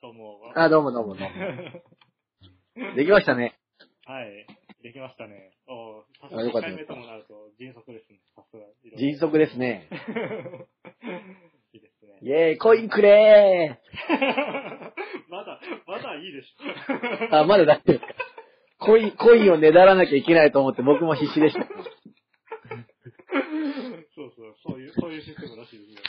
とも。あ、どうもどうもどうも。できましたね。 はい。できましたね。おうさすあがよ2かった回目ともなると迅速ですね。さすが。迅速ですね。 いいですね。イェーイ、コインくれ まだ、まだいいでしーあ、まだ大丈夫ですか。コイン、コインをねだらなきゃいけないと思って僕も必死でした。ょ。そうそう、そういう、そういうシステムらしいですね。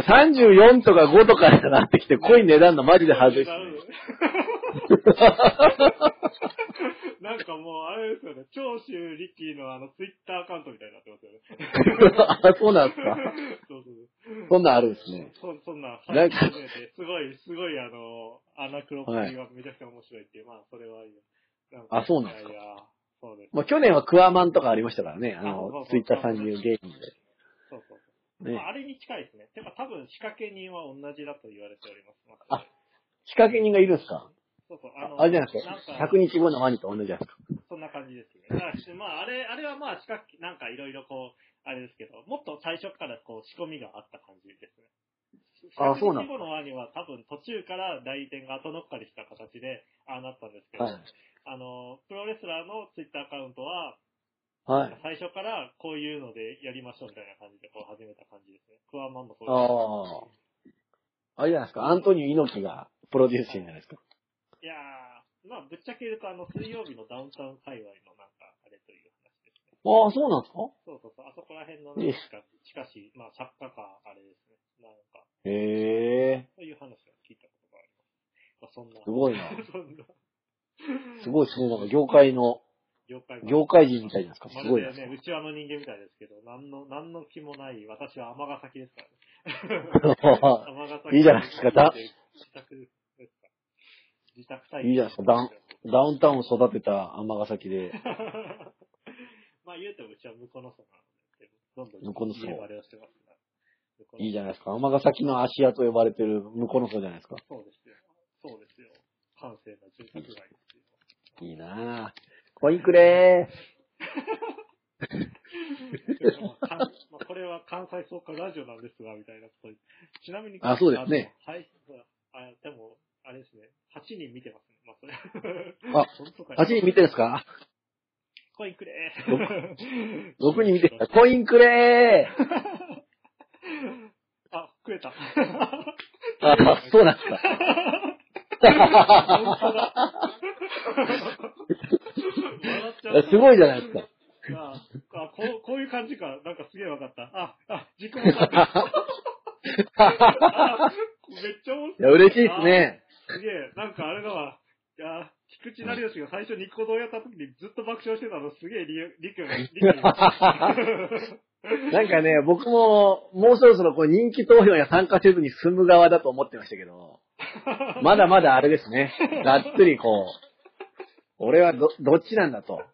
34とか5とかになってきて、コイン値段のマジで外して。 なんかもう、あれですよね。長州力のあの、ツイッターアカウントみたいになってますよね。 あ、そうなんですか。 そうそう。そんなんあるんですね。そそんな、なんか初めて、すごい、すごい、あの、アナクロプティはめちゃくちゃ面白いっていう、まあ、それはいいよ。あそうなんですかいやいや、そうです。まあ、去年はクワマンとかありましたからね。ああそうのそう、ツイッター30ゲームそうそうそう。で。まね。あ、あれに近いですね。てか、多分、仕掛け人は同じだと言われております。あ仕掛け人がいるんですかそうそう、あの、ああれじゃなくて、んか100日後のワニと同じやつか。そんな感じですね。だから しまあ、あれ、あれはまあ、仕掛け、なんかいろいろこう、あれですけど、もっと最初からこう、仕込みがあった感じですね。あそうなん100日後のワニは多分途中から代理店が後乗っかりした形で、ああなったんですけど、はい。あの、プロレスラーのツイッターアカウントは、はい。最初からこういうのでやりましょうみたいな感じでこう始めた感じですね。クワマンもそうああ。あれじゃないですか、アントニオ猪木がプロデュースしてるんじゃないですか。です。いやー、まあ、ぶっちゃけ言うと、あの、水曜日のダウンタウン界隈のなんか、あれという話ですね。ああ、そうなんですかそうそうそう、あそこら辺のいね、いしかしかし、まあ、作家か、あれですね。なんか、へえ、そういう話は聞いたことがあります。まあ、そんな。すごいな そんな。すごいですね。なんか業界の、業界も業界人みたいじゃないですか。ますごいるなで。ね、うちわの人間みたいですけど、なんの、なんの気もない、私は尼崎ですからね。 いいじゃないですかだ自宅ですか。自宅再いいじゃないですかだんダウンタウンを育てた尼崎で、 まあ言うてもうちは向こうの層なので、どんどん向こうの層家バレをしてますから。向こうのいいじゃないですか。尼崎の足屋と呼ばれてる向こうの方じゃないですか。そうですよ。そうですよ。閑静な住宅街っていういいなぁ。コインくれー。 のは。かんまあこれは関西総括ラジオなんですが、みたいなこと言って。ちなみに、あそうですねあの。はい。そうあでも、あれですね。8人見てますね。まあ、それ。あ、本当かよ8人見てるんですかコインくれろー ?6 人見てるんですかコインくれ ー。 あ、食えた。あ、そうなんですか。本当だ笑っちゃった。すごいじゃないです か。ああこう、こういう感じか。なんかすげえわかった。あ、あ、時間かかった。あめっちゃ面い白や、嬉しいですね。い。すげえ。なんかあれだわ。いや、菊池成吉が最初に行動やった時にずっと爆笑してたのすげえ理由、理解が、理解 が。なんかね、僕も、もうそろそろこう人気投票には参加せずに済む側だと思ってました けど、まだまだあれですね。がっつりこう、俺はど、どっちなんだと。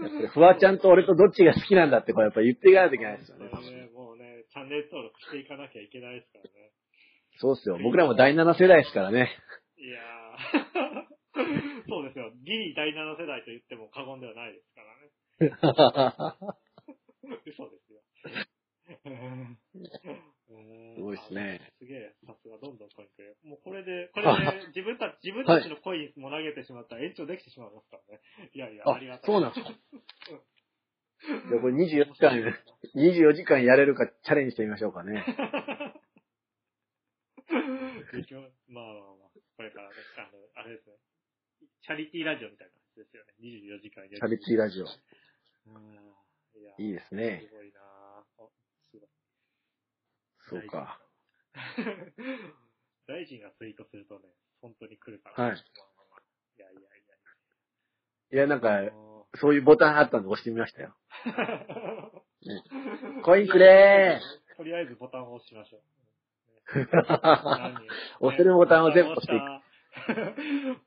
やっぱりフワちゃんと俺とどっちが好きなんだってこれやっぱ言っていかないといけないですよね。 そうねもうね、チャンネル登録していかなきゃいけないですからね。そうっすよ。僕らも第7世代ですか らね。いやー。そうですよ。ギリ第7世代と言っても過言ではないですからね。 嘘ですよ。すすごいっす。ね。すげえ、さすが、どんどんコインくれる。もうこれで、これで自分たち、自分たちのコインも投げてしまったら延長できてしまいますからね。いやいや、あありが、たい。そうなんんですか。じゃあこれ24時間、24時間やれるかチャレンジしてみましょうかまあね。まあまあ、これからね、あの、あれですね。チャリティーラジオみたいな感じですよね。24時間やる。チャリティーラジうオ。ん。いや、いいですね。すごいなぁ。あすごいそうか。 大臣がツイートするとね、本当に来るから。はいまあまあまあ。いやいやいいや、なんかやいや。、もうそういうボタンあったんで押してみましたよ。 ねコインくれとりあえずボタンを押しましょう。ー何押せるボタンを全部押していく。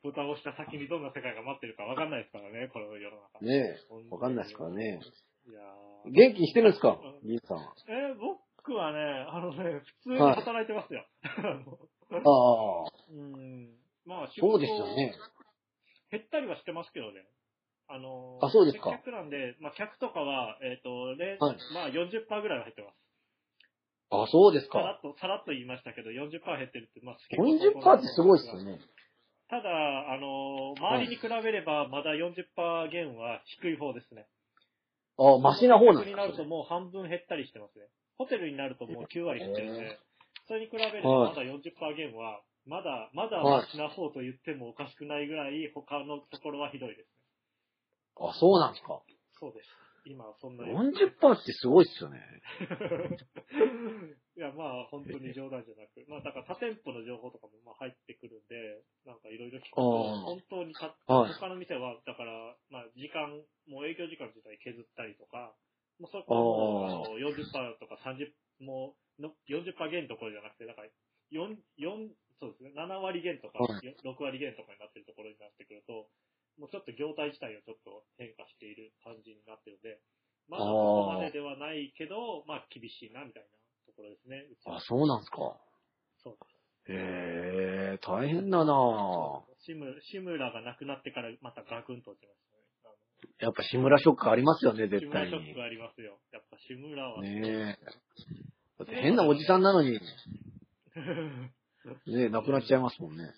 ボタンを押した先にどんな世界が待ってるかわかんないですからね、この世の中。ね本当にわかんないですからね。いやーえ。元気にしてるんですか銀さんは。えー僕はね、あのね、普通に働いてますよ。 ああ、うん。まあ、仕そ事うですよね。減ったりはしてますけどね。あのあそうですか接客なんで、まあ、客とかは、えっ、と、で、はいまあ、40%ぐらいは入ってます。あ、そうですさらか。っと、さらっと言いましたけど、40%減ってるって、まあ、 40%ってすごいですよね。ただ、あの、周りに比べれば、まだ40%減は低い方ですね。あ、マシな方なんホテでルすにかなるともう半分減ったりしてますね。ホテルになるともう9割減ってるんへで、それに比べるとはいまだ40%減は、まだ、まだはいマシな方と言ってもおかしくないぐらい、他のところはひどいですね。あ、そうなんですか。そうです。今はそんなに。 40%ってすごいっすよね。いや、まあ、本当に冗談じゃなく、まあ、だから他店舗の情報とかもまあ入ってくるんで、なんかいろいろ聞くと、あー本当にたはい他の店は、だから、まあ、時間、もう営業時間自体削ったりとか、もうそこもああのー40%とか30、もうの40%減どころじゃなくて、だから、4、4、そうですね、7割減とか、は6割減とかになってるところになってくると、もうちょっと業態自体がちょっと変化している感じになってるので、まだあそーこまでではないけど、まあ厳しいなみたいなところですね。うちはあ、そうなんですか。そうへえ、大変だなぁシムシムラがなくなってからまたガクンと落ちましたね。やっぱ志村ショックありますよあね、のシ絶ムラ対ショッにク。ありますよ。やっぱシムラは。ねえ。だって変なおじさんなのに、ねえ、亡くなっちゃいますもん ね。ね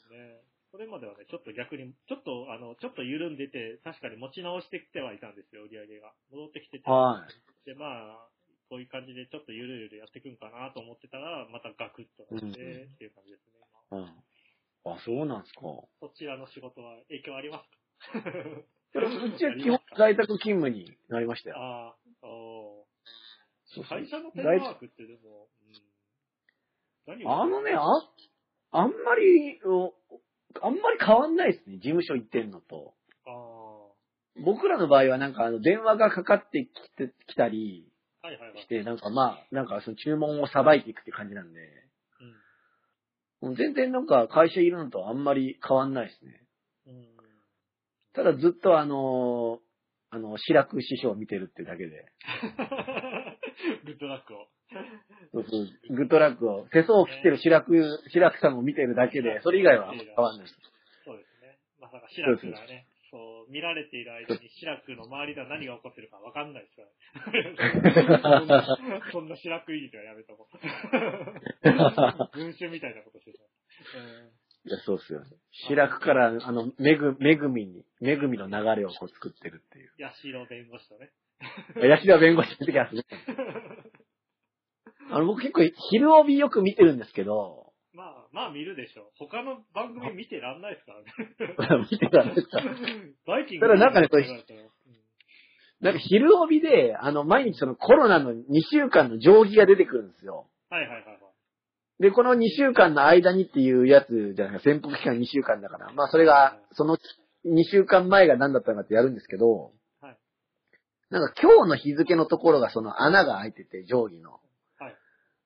それまではね、ちょっと逆に、ちょっと、あの、ちょっと緩んでて、確かに持ち直してきてはいたんですよ、売り上げが。戻ってきてて。はで、まあ、こういう感じでちょっとゆるゆるやっていくんかなと思ってたら、またガクッとなって、うんっていう感じですね。今うん。あ、そうなんですか。そちらの仕事は影響ありますかうちは基本在宅勤務になりましたよ。ああ、おーそうそう会社のテレワークってでも、うん、何をあのね、あ、あんまり、おあんまり変わんないですね、事務所行ってんのと。ああ、は僕らの場合はなんかあの電話がかかってきてきたりいはいはい。して、なんかまあ、なんかその注文をさばいていくって感じなんで、もう全然なんか会社いるのとあんまり変わんないですね。うん。 うん。ただずっとあのーあの、志らく師匠を見てるってだけで、グッドラックを。そうそうグッドラックを、世相を切ってる志らく、志らくさんを見てるだけで、それ以外はあんま変わんないです。そうですね。まさか、シラクがね、そう、見られている間にシラクの周りでは何が起こってるかわかんないですからねそ んなそんなシラクいじりはやめとこ う。群衆みたいなことしてた。うんいや、そうっすよね。志らくから、あの、めぐ、めぐみに、めぐみの流れをこう作ってるっていう。ヤシロ弁護士とね。ヤシダ弁護士の時はですね。あの、僕結構、昼帯よく見てるんですけど、 まあ、まあ見るでしょう。他の番組見てらんないですからね。 見てたんですかバイキンたグだなんかねこれうなんか昼帯で、あの、毎日そのコロナの2週間の定規が出てくるんですよ。んはいはいはいはい。で、この2週間の間にっていうやつじゃないですか。潜伏期間2週間だから。まあ、それが、その2週間前が何だったのかってやるんですけど、はいなんか今日の日付のところがその穴が開いてて、定規の。はい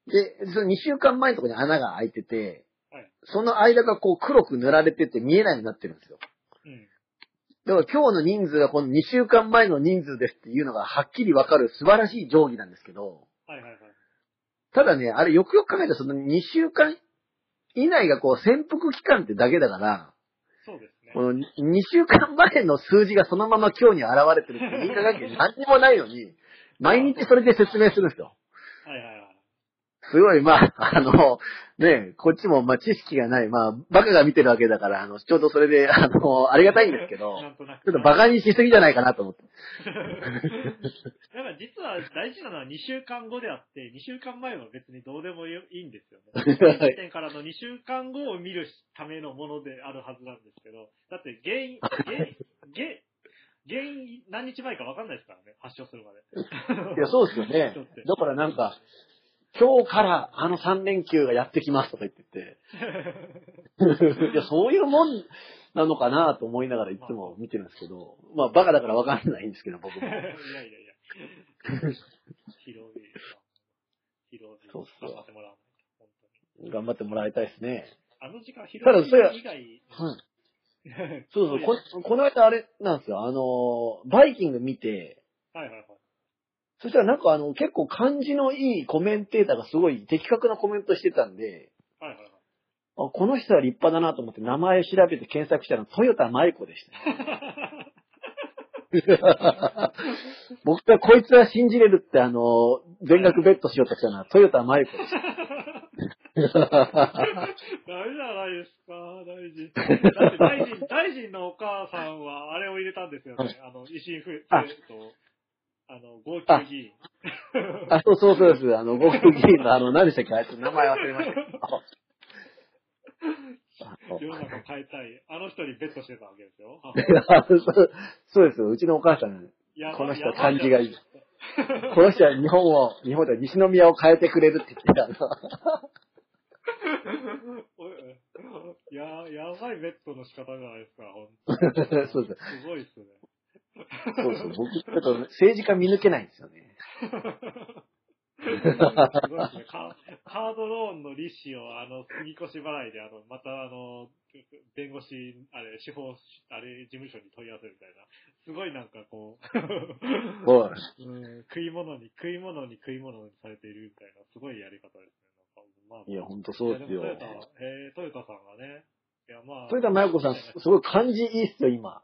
で、その2週間前のところに穴が開いてて、はいその間がこう黒く塗られてて見えないようになってるんですよ。うん。だから今日の人数がこの2週間前の人数ですっていうのがはっきりわかる素晴らしい定規なんですけど、はいはいはい。ただね、あれよくよく考えたらその2週間以内がこう潜伏期間ってだけだから、そうですね。この2週間前の数字がそのまま今日に現れてるって因果関 係何にもないのに、毎日それで説明するんですよ。はいはいはい。すごい、まあ、あの、ね、こっちも、まあ、知識がない、まあ、バカが見てるわけだから、あの、ちょうどそれで、あの、ありがたいんですけど、なんとなく。ちょっとバカにしすぎじゃないかなと思って。だから実は大事なのは2週間後であって、2週間前は別にどうでもよいいんです よね。現時点からの2週間後を見るためのものであるはずなんですけど、だって原因、原因、原因、原因何日前か分かんないですからね、発症するまで。いや、そうですよ ね人って。だからなんか、今日からあの3連休がやってきますとか言ってて、 いや、そういうもんなのかなと思いながらいつも見てるんですけど、まあ、バカだからわかんないんですけど、僕いや いも。やいや。広い。広い。そうっすよ頑張ってもらわないと。本当に。頑張ってもらいたいですね。あの時間ただ広それはい以外。 はい。そうそう、ここの間あれなんですよ、あの、バイキング見て、はいはいはい。そしたらなんかあの、結構感じのいいコメンテーターがすごい的確なコメントしてたんで、はいはいはい。あこの人は立派だなと思って名前を調べて検索したら、トヨタ舞子でした。 僕はこいつは信じれるってあの、全額ベットしようとしたのは、トヨタマユコでした。ダメじゃないですか、大臣。だって大臣、大臣のお母さんは、あれを入れたんですよね。あの、維新ふ、あえっと、あの、号泣議員。あ、そうそうそうです。あの、極議員の、あの、何でしたっけあいつ名前忘れましたけど。あの世の中変えたい。あの人にベットしてたわけです よ。そうそうですよ。うちのお母さん、やばこの人やばい感じがいい。この人は日本を、日本では西宮を変えてくれるって言ってたの。おいおい や、やばいベッドの仕方じゃないですか、ほんと そうです。すごいっすね。そうそう。僕、ちょっと政治家見抜けないんですよね。すごいですね。カカードローンの利子を、あの、杉越払いで、あの、また、あの、弁護士、あれ、司法、あれ、事務所に問い合わせるみたいな。すごいなんかこう、 そううん、食い物に、食い物に食い物にされているみたいな、すごいやり方ですね。なんかまあ、いや、ほんとそうですよい。やでもトヨタは、えー、トヨタさんがね、いや、まあ、それでは、まゆこさん、すそごい感じいいっすよ、今。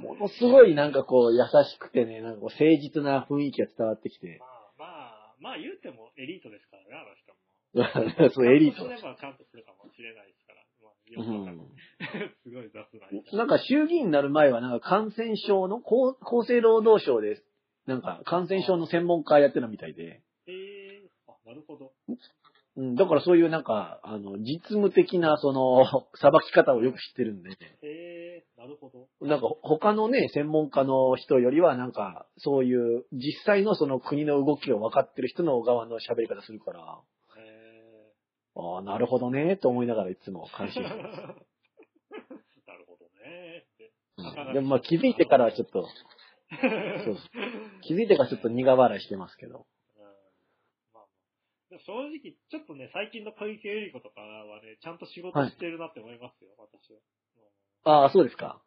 ものすごいなんかこう、優しくてね、なんかこう、誠実な雰囲気が伝わってきて ま。あ、まあ、まあ、言うてもエリートですからね、あの人も。そう、エリーちゃんと。トすればちゃんとするかもしれないですから。まあ、うよくわかんない んすごい雑な言い方。なんか衆議院になる前は、なんか感染症の厚厚生労働省です。なんか感染症の専門家やってたみたいで。えー、あ、なるほど。うん、だからそういうなんか、あの、実務的な、その、 裁き方をよく知ってるんで、えー、なるほ ど。なんか他のね、専門家の人よりは、なんか、そういう、実際のその国の動きを分かってる人の側の喋り方するから、えああ、なるほどね、と思いながらいつもー、 感心してます。なるほどね。ってうんでもまあ気づいてからはちょっと、そう気づいてからちょっと苦笑いしてますけど。うんまあでも正直、ちょっとね、最近の小池百合子とかはね、ちゃんと仕事してるなって思いますよ、私は。うんああ、そうですか。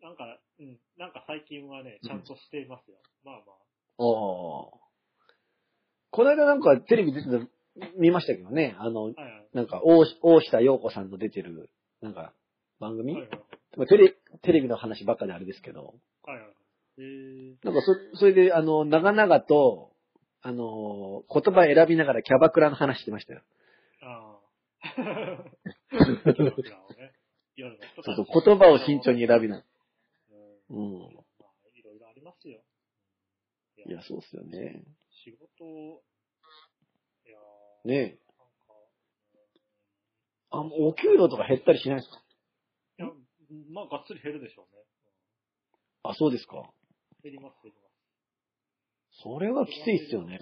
なんか、うん、なんか最近はね、ちゃんとしていますよ。まあまあ。おお。この間なんかテレビ出てた、見ましたけどね。あの、はいはい。なんか大、大下陽子さんの出てる、なんか、番組、はいはいまあテレ、テレビの話ばっかであれですけど。はいはい。えー、なんかそ、それで、あの、長々と、あの、言葉選びながらキャバクラの話してましたよ。ああ。 そうそうそう、言葉を慎重に選びな。うんうん。まあ、いろいろありますよ。いや、そうっすよね。仕事を、いやーねえ。なんか、あ、もうお給料とか減ったりしないですかいや、まあ、がっつり減るでしょうね。あ、そうですか。減ります、減ります。それはきついっすよね。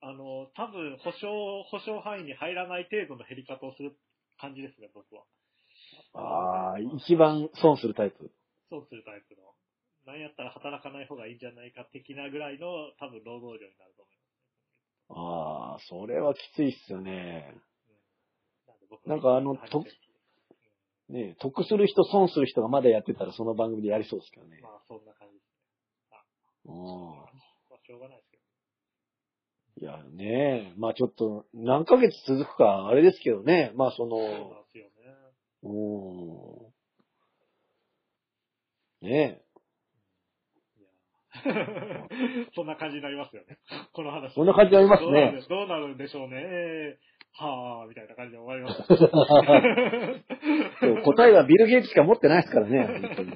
あの、多分、保証、保証範囲に入らない程度の減り方をする感じですね、僕は。ああ、一番損するタイプ。そうするタイプの。なんやったら働かない方がいいんじゃないか的なぐらいの、多分、労働量になると思いまああ、それはきついっすよね。す。なんで僕なんかあのとねえ得する人、損する人がまだやってたらその番組でやりそうですけどね。まあ、そんな感じです。うん。まあ、しょうがないですけど。いやねえ、まあちょっと、何ヶ月続くか、あれですけどね。まあそそうなのん、ですよね。 うん。ねえ、いやそんな感じになりますよね。この話。そんな感じになりますどうなるね。どうなるんでしょうね。えーはぁ、みたいな感じで終わり ました。そう答えはビル・ゲイツしか持ってないですからね、本 当に。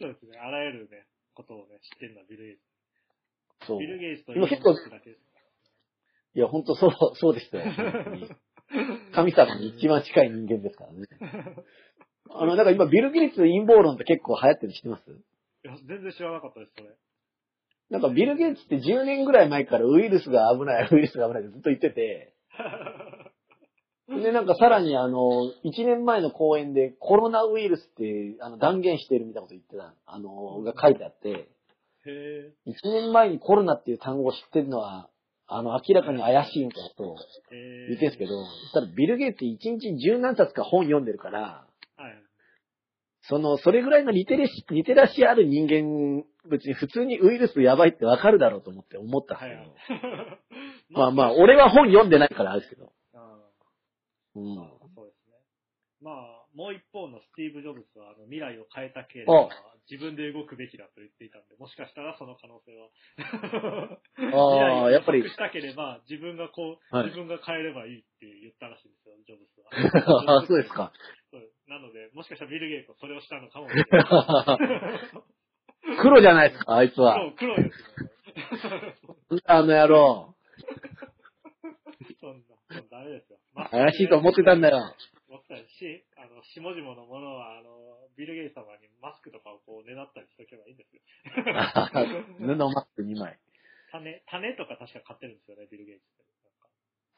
そうですね。あらゆるね、ことをね、知ってるのはビル・ゲイツ。そう。ビル・ゲイツとでも結構イーロンマスクだけです。いや、本当そう、 そうでしたよ。本当に神様に一番近い人間ですからね。あの、だから今、ビル・ゲイツ陰謀論って結構流行ってるの知ってますいや、全然知らなかったです、そ れ。なんかビル・ゲイツって10年ぐらい前からウイルスが危ない、ウイルスが危ないってずっと言ってて、で、なんかさらにあの、1年前の講演でコロナウイルスってあの断言してるみたいなこと言ってた、あの、が書いてあって、へ1年前にコロナっていう単語を知ってるのは、あの、明らかに怪しいみたいなことをぇへ言ってるんですけど、ただビル・ゲイツ1日十何冊か本読んでるから、はい。その、それぐらいのリテレシ、リテラシーある人間、別に普通にウイルスやばいってわかるだろうと思って思ったんですけど、はいまあまあ、俺は本読んでないからあれですけど。あーうん。そうですね。まあ、もう一方のスティーブ・ジョブズは、あの、未来を変えたければ、自分で動くべきだと言っていたんで、もしかしたらその可能性は。ああ、やっぱり未来を良く、したければ、自分がこう、はい自分が変えればいいって言ったらしいんですよ、ジョブズはあ。 そうですか。そう。なので、もしかしたらビル・ゲイツはそれをしたのかもしれない。 黒じゃないですか、あいつは。黒、黒いですね。 あの野郎。そんな、そんなダメですよ。怪しいと思ってたんだ よ。思ってたし、あの、下々のものは、あの、ビル・ゲイツ様にマスクとかをこう、ねだったりしておけばいいんですよ。 布マスク2枚。種、種とか確か買ってるんですよね、ビル・ゲイツって。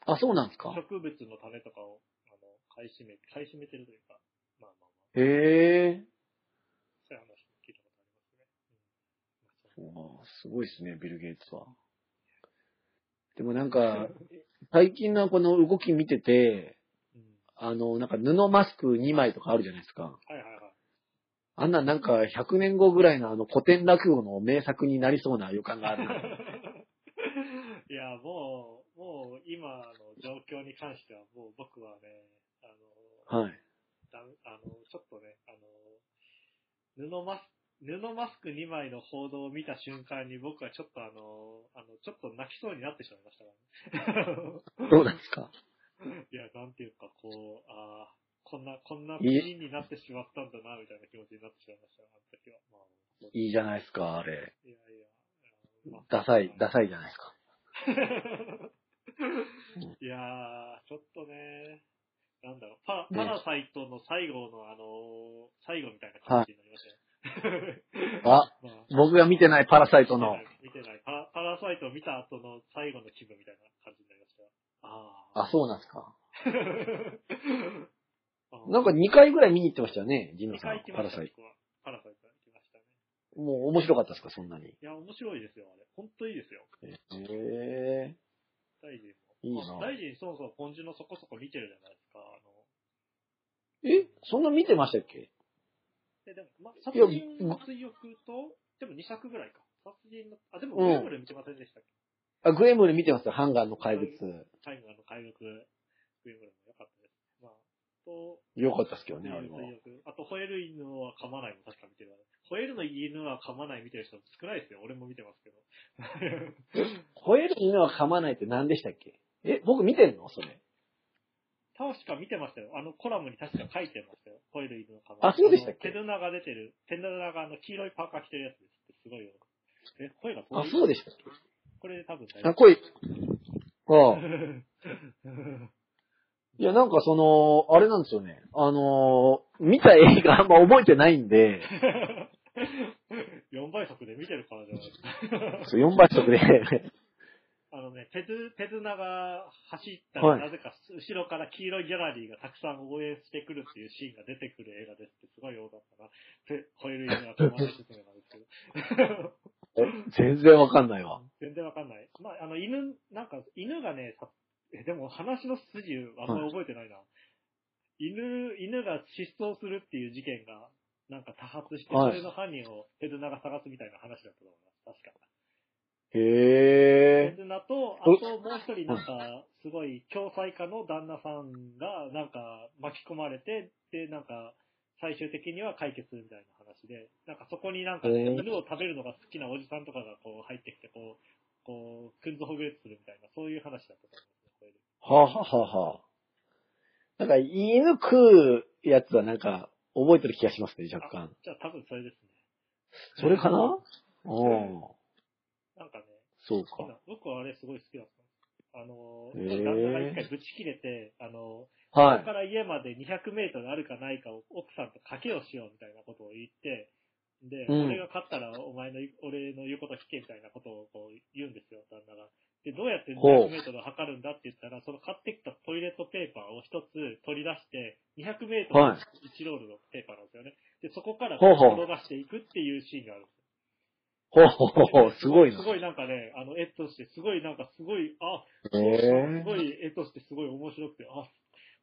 あ、そうなんですかなんか植物の種とかを、あの、買い占め、買い占めてるというか、まあまあまあ、へえ。そういう話も聞いたことありますね。うんー。すごいですね、ビル・ゲイツは。でもなんか、最近のこの動き見てて、うんあの、なんか布マスク2枚とかあるじゃないですか。はいはいはい。あんななんか100年後ぐらいのあの古典落語の名作になりそうな予感がある。 いや、もう、もう今の状況に関しては、もう僕はね、あの、はい。だあの、ちょっとね、あの、布マス布マスク2枚の報道を見た瞬間に僕はちょっとあの、あの、ちょっと泣きそうになってしまいましたからね、どうなんですか いや、なんていうか、こう、ああ、こんな、こんないえピンになってしまったんだな、みたいな気持ちになってしまいました、あの時は。まあ、そういいじゃないですか、あれ。いやいや。 あのまあダサい、ダサいじゃないですか。いやー、ちょっとね、なんだろう、パパラサイトの最後のあのー最後みたいな感じになりましたよ。あ、まあ僕が見てないパラサイトの。見てない見てないパラ。パラサイトを見た後の最後の気分みたいな感じになりましたよ。ああ、そうなんですか。あ。あーなんか、2回ぐらい見に行ってましたよね、ジム2さん回行き。まパラした、サイ僕は。パラサイト行きましたね。ト。もう面白かったですか、そんなに。いや、面白いですよ、あれ。本当いいですよ。へえ。大臣も。いいなまあ大臣そもそもポンジのそこそこ見てるじゃないですか。あの、え、そんな見てましたっけで、でも、まあ、殺人の追憶と、でも2作ぐらいか。殺人の、あ、でも、うんグレムル見てませんでしたっけ、あ、グエムル見てますよ、ハンガーの怪物。タイムあの、怪物、グレムルも良かったです。まあ、と、よかったですけど殺ね、あれ人のは。追憶。あと、吠える犬は噛まないも確か見てるわ。吠えるの犬は噛まない見てる人少ないですよ。俺も見てますけど。 吠える犬は噛まないって何でしたっけえ、僕見てんのそれ。確か見てましたよ。あのコラムに確か書いてましたよ。吠える犬の噛まない。あそうでしたっけあの手綱が出てる。手綱があの黄色いパーカー着てるやつですって、すごいよ。え、声が遠あい、そうでしたっこれで多分大けあ、丈夫。こい。ああ。いや、なんかその、あれなんですよね。あのー見た映画あんま覚えてないんで、 4倍速で見てるからじゃないですか。そう4倍速で。あのね、手綱手綱が走ったはいら、なぜか後ろから黄色いギャラリーがたくさん応援してくるっていうシーンが出てくる映画ですって、すごい多かったな。て吠える犬は噛まない説明なんですけど。全然わかんないわ。 全然わかんない。まあ、あの、犬、なんか、犬がね、さえ、でも話の筋、あんまり覚えてないな。犬、犬が失踪するっていう事件が、なんか多発して、そはいれの犯人を手綱が探すみたいな話だったと思います。確か。手へえ。綱と、あおともう一人なんか、すごい、共済家の旦那さんが、なんか、巻き込まれて、で、なんか、最終的には解決みたいな話で、なんかそこになんか、へえ犬を食べるのが好きなおじさんとかがこう入ってきて、こう、こう、くんずほぐれするみたいな、そういう話だったと思いますね、はあ、はあはあはあなんか、犬食うやつはなんか、覚えてる気がしますね、若干。これで。じゃあ多分それですね。それかなうん。なんかね、そうか。僕はあれすごい好きだったんですよ。へえあの、旦那が一回ぶち切れて、あの、はここい。から家まで200メートルあるかないかを奥さんと賭けをしようみたいなことを言って、で、うん俺が勝ったらお前の、俺の言うこと聞けみたいなことをこう言うんですよ、旦那が。で、どうやってほう200メートルを測るんだって言ったら、その買ってきたトイレットペーパーを一つ取り出して、200メートはいル1ロールのペーパーなんですよね。で、そこからほうほう転がしていくっていうシーンがあるんですよ。ほうほうほう、すごいなす。ごいなんかね、あの、えっとして、すごいなんか、すごい、あ、へすえ。ごい絵としてすごい面白くて、あ、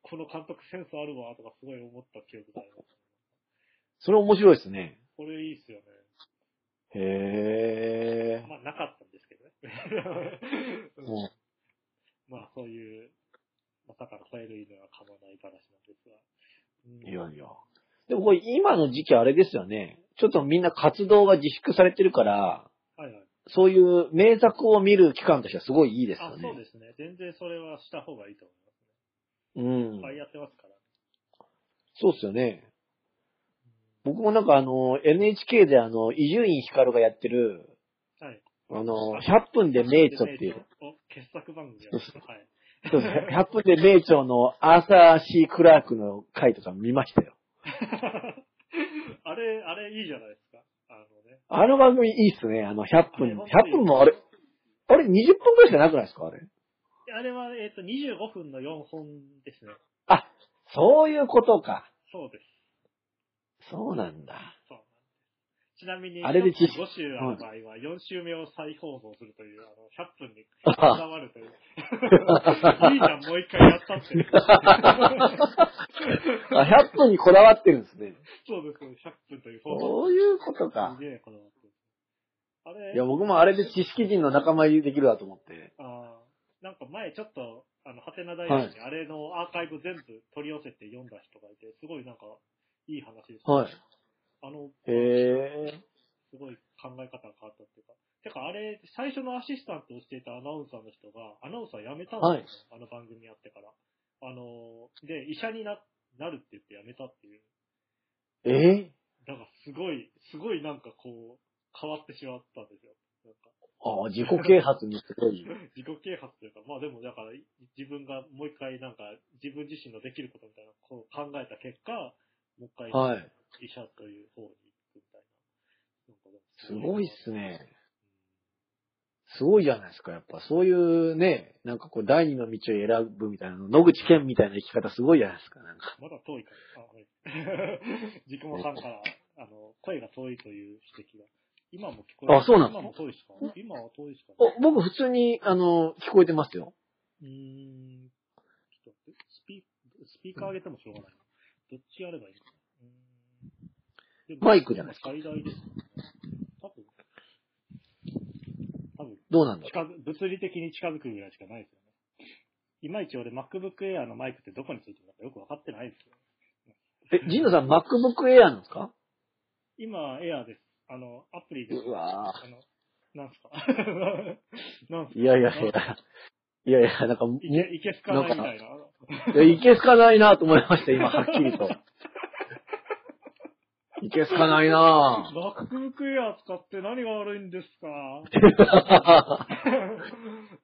この監督センスあるわ、とかすごい思った記憶があります。それ面白いですね。これいいっすよね。へえ。まあ、なかったんですけどね。 うんうんまあ、そういう、まさかの吠える犬は噛まない話なんですが。うんいやいや。でもこれ今の時期あれですよね。ちょっとみんな活動が自粛されてるから、はいはい。そういう名作を見る期間としてはすごいいいですあよ、ね。そうですね。全然それはした方がいいと思います。うんいっぱ。いやってますから。そうですよね。僕もなんかあの、NHK であの、伊集院光がやってる、はい。あの、100分で名著っていう、お傑作番組やってますはい。 そうですね100分で名著のアーサー・シー・クラークの回とか見ましたよ。あれ、あれいいじゃないですか。あのね。あの番組いいっすね。あの、100あ分。れ本当に100分もあれ、あれ20分くらいしかなくないですかあれ。あれは、えっ、と、25分の4本ですね。そういうことか。そうです。そうなんだ。そうちなみに、あれで5知週ある場合は、4週目を再放送するという、あの、100分に あこだわるという。いいじゃん、もう一回やったって。 あ100分にこだわってるんですね。そうです、そうです100分という放送。そういうことかす。げえ、この。あれいや、僕もあれで知識人の仲間入りできるわと思って。あーなんか前ちょっと、あの、ハテナ大学にあれのアーカイブ全部取り寄せて読んだ人がいて、すごいなんか、いい話です、はい。あの、へえ。すごい考え方が変わったっていうか。てかあれ、最初のアシスタントをしていたアナウンサーの人が、アナウンサー辞めたんですよ、あの番組やってから。あの、で、医者にな、なるって言って辞めたっていう。えだからすごい、すごいなんかこう、変わってしまったんですよ。なんかああ、自己啓発にすごい。自己啓発というか、まあでも、だから、い自分がもう一回、なんか、自分自身のできることみたいな、こう考えた結果、もう一回、はい。医者という方に行くみたいな。なんかでもすごいっすね。すごいじゃないですか。やっぱそういうね、なんかこう第二の道を選ぶみたいなの、野口健みたいな生き方すごいじゃないですか。なんか。まだ遠いから。あはい、自己もさんから、あの、声が遠いという指摘が。今も聞こえあそうなんです今も遠いですか今は遠いですかうお、僕普通に、あの、聞こえてますよ。ーん。ちょっと待ってスピ、スピーカー上げてもしょうがない。どっちやればいいのかなうーんでもマイクじゃないですか最大ですよね。多分、多分、どうなんだろ近づ物理的に近づくぐらいしかないですよね。いまいち俺 MacBook Air のマイクってどこについてるのかよくわかってないですよ。う。え、ジンノさん MacBook Air なんですか今、エアーです。あの、アプリです。うわぁあの、なんすか なんすかいやいやいや。いやいや、なんか、いけ、いけすかないみたいな。いや、いけすかないなと思いました、今、はっきりと。いけすかないなマックブックエアー使って何が悪いんです か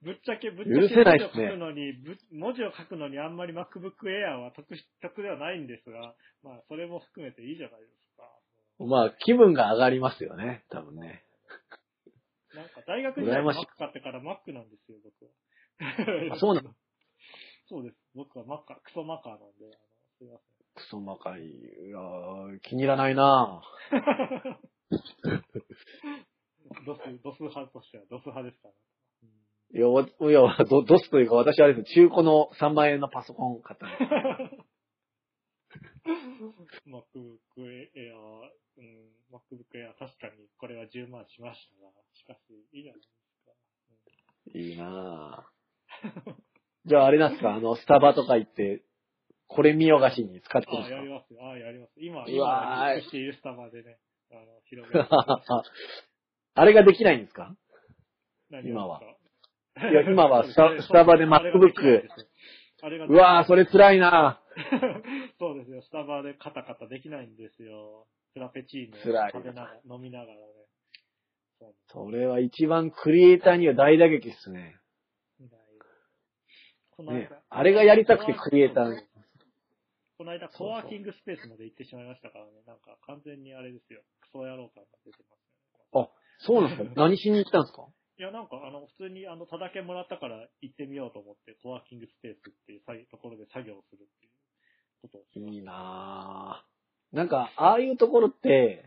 ぶっちゃけ、ぶっちゃけ許せないっすね文字を書くのに、ぶ文字を書くのにあんまり MacBook Air は得し得ではないんですが、まあ、それも含めていいじゃないですか。まあ、気分が上がりますよね、多分ね。なんか、大学時代に羨 Mac ましい買ってから Mac なんですよ、僕は。あそうなの そうです。僕は Mac、クソ Mac なんで、あのすいません。クソ魔界、いやー気に入らないな ドス、ドス派としてはドス派ですから。いや、わいや、ドドスというか、私あれです中古の3万円のパソコン買ったんです MacBook Air、うん、MacBook Air 確かにこれは10万しましたが、しかし、いいじゃないですか。いいなぁじゃあ、あれなんですか、あの、スタバとか行って、これ見よがしに使ってるんあであ、すやかりますよ。ああ、やります。今、うわー今、リンクしているスタ バでね、あの、広げる。あれができないんですか何今はをですか。いや今はスタスタバで MacBook あれができないんですよ。あれができうないわぁ、それ辛いなそうですよ、スタバでカタカタできないんですよ。フラペチーノ辛い食べながら、飲みながらね。そうぁそれは一番クリエイターには大打撃っすね。みたいこの間ねあれがやりたくてクリエイターに。この間、そうそうコワーキングスペースまで行ってしまいましたからね。なんか、完全にあれですよ。クソ野郎感が出てますね。あそうなん ですか何しに行ったんですかいや、なんか、あの、普通に、あの、ただけもらったから行ってみようと思って、コワーキングスペースっていうさいところで作業をするっていうことをしまいしいなぁなんか、ああいうところって、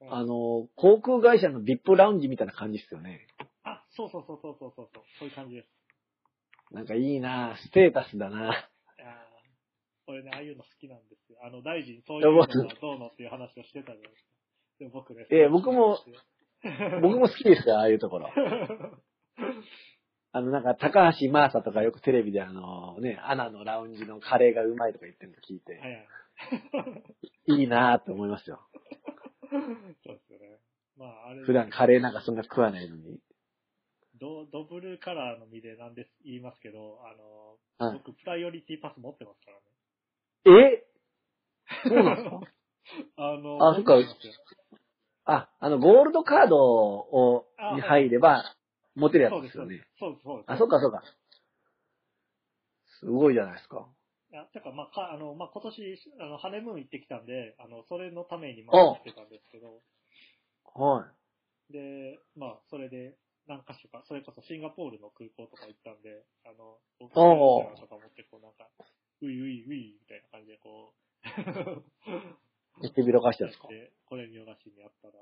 た。あの、航空会社の VIP ラウンジみたいな感じですよね。あ、そうそうそうそうそうそうそう、そういう感じです。なんかいいなぁステータスだないぁやー俺ね、ああいうの好きなんですよ。あの、大臣、そういうのがどうのっていう話をしてたじゃないですか。でも僕ね。ええ僕も僕も好きですよ、ああいうところ。そういうの好きなんですよあの、なんか、高橋真麻とかよくテレビであの、ね、アナのラウンジのカレーがうまいとか言ってるの聞いて、はいはい。い、いなぁと思いますよ。そうですよね。まあ、あれ、普段カレーなんかそんな食わないのに。ドドブルカラーの身でなんです言いますけど、あの、はい、僕、プライオリティパス持ってますからね。えそうなんですか あの、あそっか持てますよあ、あの、ゴールドカードを、あに入れば、持てるやそうつで、ですすそようねで。す。そうです、そうです。あ、そっかそっか。すごいじゃないですか。いや、てか、まあ、か、あの、まあ、今年、あの、ハネムーン行ってきたんで、あの、それのために、まおうあ、来てたんですけど、はい。で、まあ、それで、何か所か、それこそシンガポールの空港とか行ったんで、あの、僕おうとか持って、こう、なんか、ウィウィウィみたいな感じで、こう、手びらかしてるんですかで、これ見逃しにやったら、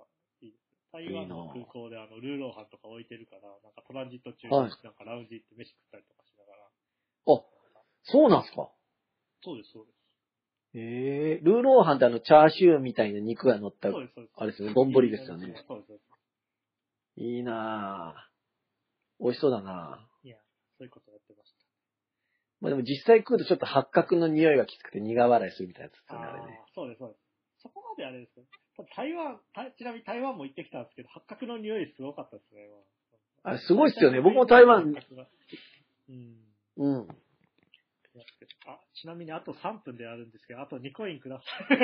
いい。台湾の空港で、あの、ルーローハンとか置いてるから、なんかトランジット中に、はいなんかラウンジ行って飯食ったりとかしながら、そうなんですかそうです、そうです。ええルーローハンってあの、チャーシューみたいな肉が乗った、そうです、そうです。あれですよね丼ですよそねうです、そうです。いいなぁ。美味しそうだなぁ。いや、そういうことやってましまあでも実際食うとちょっと八角の匂いがきつくて苦笑いするみたいなやつですた。よね、あれーね。そうです、そうです。そこまであれですけど、台湾、たちなみに台湾も行ってきたんですけど、八角の匂いすごかったですね。あれすごいっすよね。僕も台湾、八角がうん。うん。あ、ちなみにあと3分であるんですけど、あと2コインくださ い。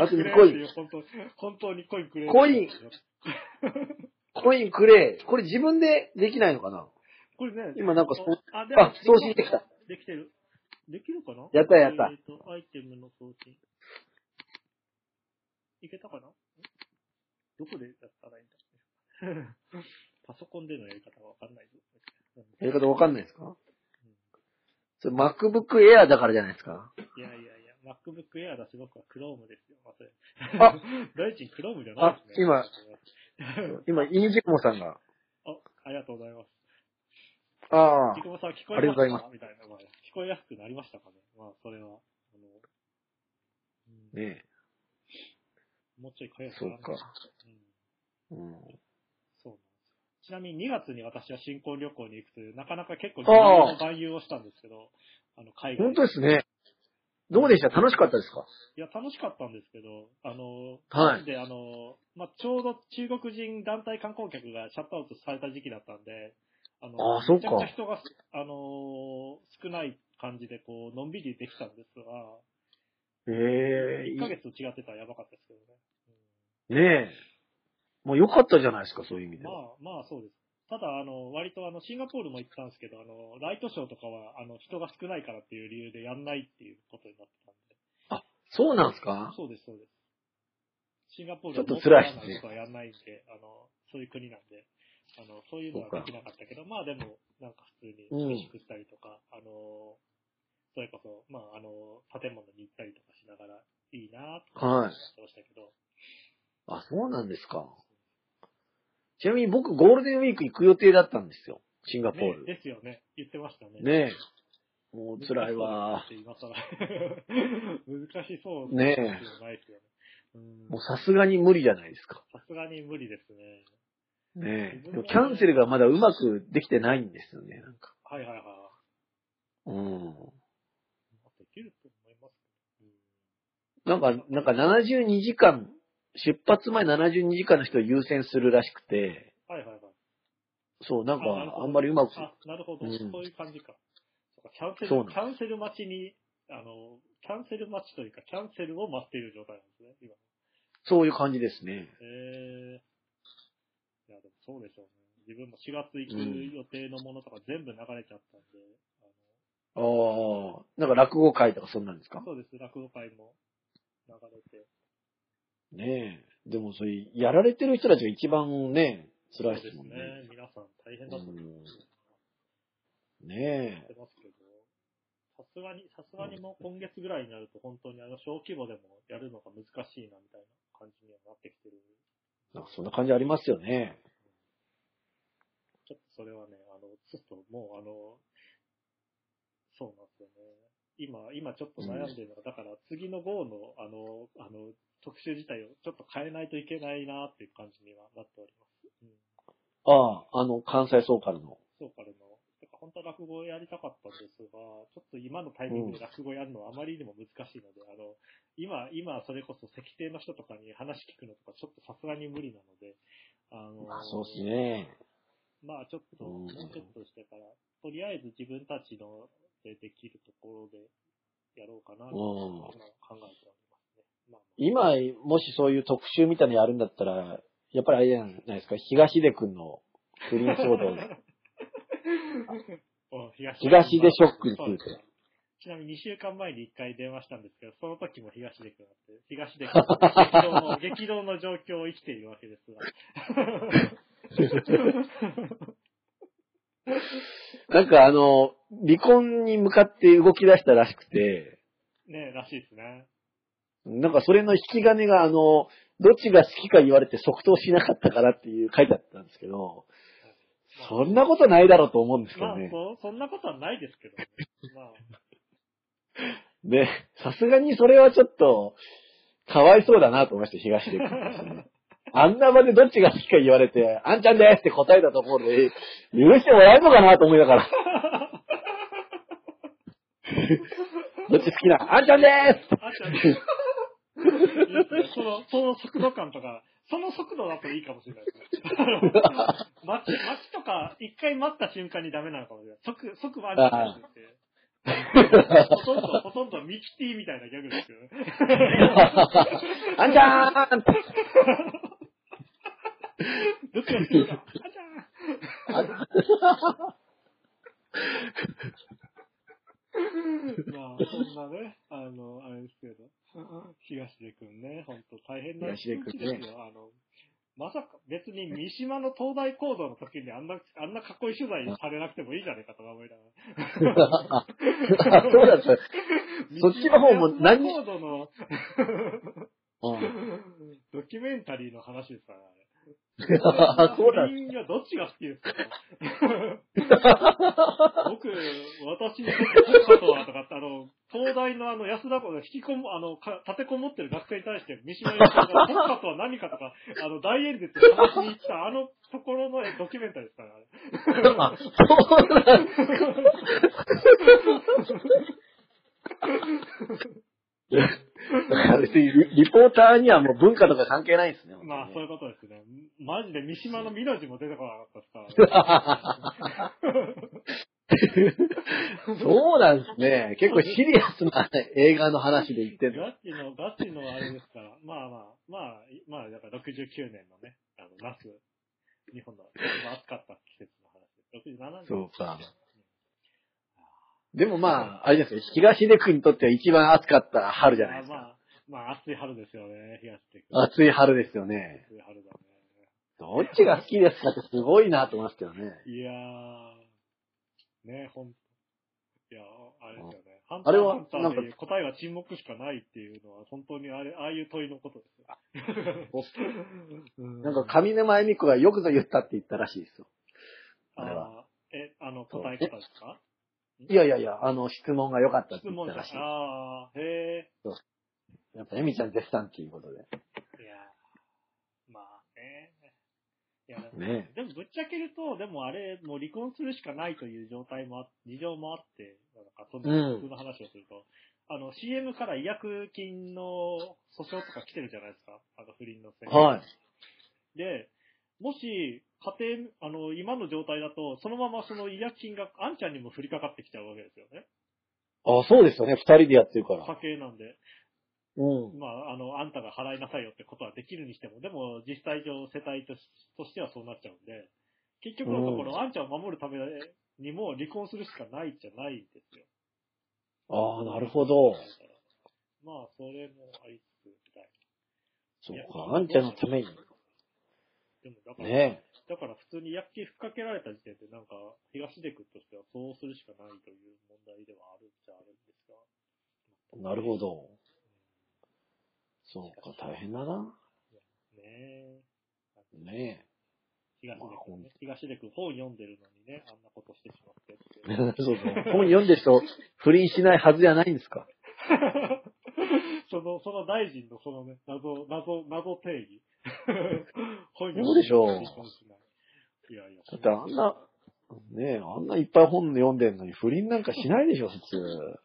あと2ココインくれインっていう本当、本当にコインくれるコインコインくれ。これ自分でできないのかなこれね、今なんかスポンあ、でもあ送信できた。できてる。できるかなやったやったえっ、と、アイテムの送信。いけたかなんどこでやったらいいんだ パソコンでのやり方がわかんないぞ。やり方わかんないですかそれ MacBook Air だからじゃないですか。いやいやいや、MacBook Air だし僕は Chrome ですよ。まあ、それあ 大臣 Chrome じゃないですね。 あ今、インジクモさんが。あ、ありがとうございます。ああ菊。間さん聞こあえりまがしとうございたまかみたいな、まあ。聞こえやすくなりましたかね。まあ、それは。あのうんねもうちょい声をそうかならなったうん。え。うん。そうなんですよ。ちなみに2月に私は新婚旅行に行くという、なかなか結構、ああ万有をしたんですけど、あの、海外。本当ですね。どうでした楽しかったですかいや、楽しかったんですけど、あの、はいなんで、あの、まあ、ちょうど中国人団体観光客がシャットアウトされた時期だったんで、あの、ああそうかめちゃくちゃ人が、あの、少ない感じで、こう、のんびりできたんですが、ええ1ヶ月と違ってたらやばかったですけどね。ねえ。もう良かったじゃないですか、そういう意味では。まあ、まあそうです。ただ、あの、割とあの、シンガポールも行ったんですけど、あの、ライトショーとかは、あの、人が少ないからっていう理由でやんないっていうことになってたんで。そうなんですかそうです、そうです。シンガポールちょっと辛いですね儲からなことはやんないんで、あの、そういう国なんで、あの、そういうのそうはかできなかったけど、まあでも、なんか普通にうん飯食ったりとか、あの、それこそ、まあ、あの、建物に行ったりとかしながら、いいなとか思はっいてましたけど、あ、そうなんですか。ちなみに僕、ゴールデンウィーク行く予定だったんですよ。シンガポール。ね、ですよね。言ってましたね。ねえ。もう辛いわ。。今更。 難しそうねえでもないですよね。うんもうさすがに無理じゃないですか。さすがに無理ですね。ねえ。でもキャンセルがまだうまくできてないんですよね、なんか。はいはいはい。うん。できると思いますけど。なんか、なんか72時間、出発前72時間の人を優先するらしくて、うんはいはいはい。そう、なんかあなるほどあんまりうまく、あ、なるほど。うんそういう感じか。そうかキャンセそうなル、んキですャンセル待ちに、あの、キャンセル待ちというか、キャンセルを待っている状態なんですね、今。そういう感じですね。ええいや、でもそうでしょうね。自分も4月行うんく予定のものとか全部流れちゃったんで、あのああ、なんか落語会とかそんなんですかそうです、落語会も流れて。ねえ。でもそういう、やられてる人たちが一番ね、そう辛いでですすもんね。ね。皆さん大変だと思うんですよねねやってますけど、さすがに、さすがにもう今月ぐらいになると本当にあの小規模でもやるのが難しいなみたいな感じにはなってきてる。え。なんかそんな感じありますよね。ちょっとそれはね、あの、ちょっともうあの、そうなんですよね。今、今ちょっと悩んでるのが、だから次の号の、あの、あの、特集自体をちょっと変えないといけないなっていう感じにはなっております。うんああ、あの、関西総会の。そうからの、だから本当は落語をやりたかったんですが、ちょっと今のタイミングで落語をやるのはあまりにも難しいので、あの、今、今それこそ石定の人とかに話聞くのとか、ちょっとさすがに無理なので、あの、まあ、そうですね。まあちょっと、うもうんちょっとしてから、とりあえず自分たちのでできるところでやろうかな、とうん今考えておりますね。まあ、今、もしそういう特集みたいなのやるんだったら、やっぱりあれじゃないですか、東出くんの不倫騒 動です。うん東東出ショックについてそうですねちなみに2週間前に1回電話したんですけど、その時も東出君だって、東出君は激動の、激動の状況を生きているわけです が。なんかあの、離婚に向かって動き出したらしくて、ねえ、らしいですね。なんかそれの引き金があの、どっちが好きか言われて即答しなかったからっていう書いてあったんですけど、そんなことないだろうと思うんですけまどあね。そ、そんなことはないですけど、ね、まあ、で、さすがにそれはちょっと、かわいそうだなと思いました、東出 君ですね。あんな場でどっちが好きか言われて、あんちゃんですって答えたところで、許してもらえるのかなと思い ながら。どっち好きなあんちゃんですあちゃんねいいですねその、その速度感とか、その速度だといいかもしれないですね。あの待ち、待ちとか、一回待った瞬間にダメなのかもしれない。即、即待ちって言って。ほとんど、ほとんどミキティみたいなギャグですよね。あんちゃーんどっちが好きか。あちゃん まあ、そんなね、あの、あれですけど、東出くんね、ほんと大変な東出くんねですよ。あの、まさか、別に三島の東大講座の時にあんな、あんな囲い取材されなくてもいいじゃねえかとか思いながら。あそうだった。そっちの方も何三島東大講座のうんドキュメンタリーの話ですから、あれ。あそうだった。みんなどっちが好きですか僕、私にとってコンパとはとかって、あの、東大のあの、安田校の引きこも、あの、か立てこもってる学生に対して、三島由紀夫が国家とは何かとか、あの、大演説で話しに行った、あのところのドキュメンタリーですから、あれ。あそうなん だから別にリポーターにはもう文化とか関係ないんですね。まあ、そう本いうことですね。マジで三島の美の字も出てこなかったですか当にね そうなんですね。結構シリアスな映画の話で言ってる。ガチの、ガチのあれですから、 まあまあ、まあ、いまあ、だから69年のね、あの、夏、日本の、まあ暑かった季節の話です。67年。そうかでもまあ、あれですよ。東出君にとっては一番暑かった春じゃないですまか。あまあ、まあ、暑い春ですよね、東出君。暑い春ですよね。暑い春だね。どっちが好きですかってすごいなと思いますけどね。いやー、ね、ほんいや、あれですよね。ハンタあれーはハンターでいう答えは沈黙しかないっていうのは、本当にあれ、ああいう問いのことです よ。なんか上沼恵美子がよくぞ言ったって言ったらしいですよ。あれあーえ、あの、答え方ですかいやいやいや、あの質問が良かったっ質て言っ問た者らしい。ああ、へえ。やっぱ恵美ちゃん絶賛っていうことで。いやー、まあね。いや、でも、ねでもぶっちゃけると、でもあれ、もう離婚するしかないという状態もあ、事情もあって、なんか、そのうん普通の話をすると、あの、CM から違約金の訴訟とか来てるじゃないですか。あの、不倫のせいではい。で、もし、家庭、あの、今の状態だと、そのままその違約金が、あんちゃんにも降りかかってきちゃうわけですよね。あ、そうですよね。二人でやってるから。家計なんで。うん。まあ、あの、あんたが払いなさいよってことはできるにしても、でも、実際上、世帯としとしてはそうなっちゃうんで、結局のところ、うんあんちゃんを守るためにも離婚するしかないじゃないんですよ。ああ、なるほどだ。からまあ、それもありつつ、みたいそうか。あんちゃんのために。な。でも、だから、ねだから普通に薬金吹っかけられた時点で、なんか、東出君としてはそうするしかないという問題ではあるっちゃあるんですが。なるほど。そうか、大変だな。ねえ。ねえ。東出まあほ君、んね、東出君本読んでるのにね、あんなことしてしまってっていう。 そうそう。本読んでる人、不倫しないはずじゃないんですか。 その、その大臣のそのね、謎、謎、謎定 義。本どうでしょう読む人にしないいやいや。だってあんな、ねえ、あんないっぱい本読んでんのに不倫なんかしないでしょ、普通。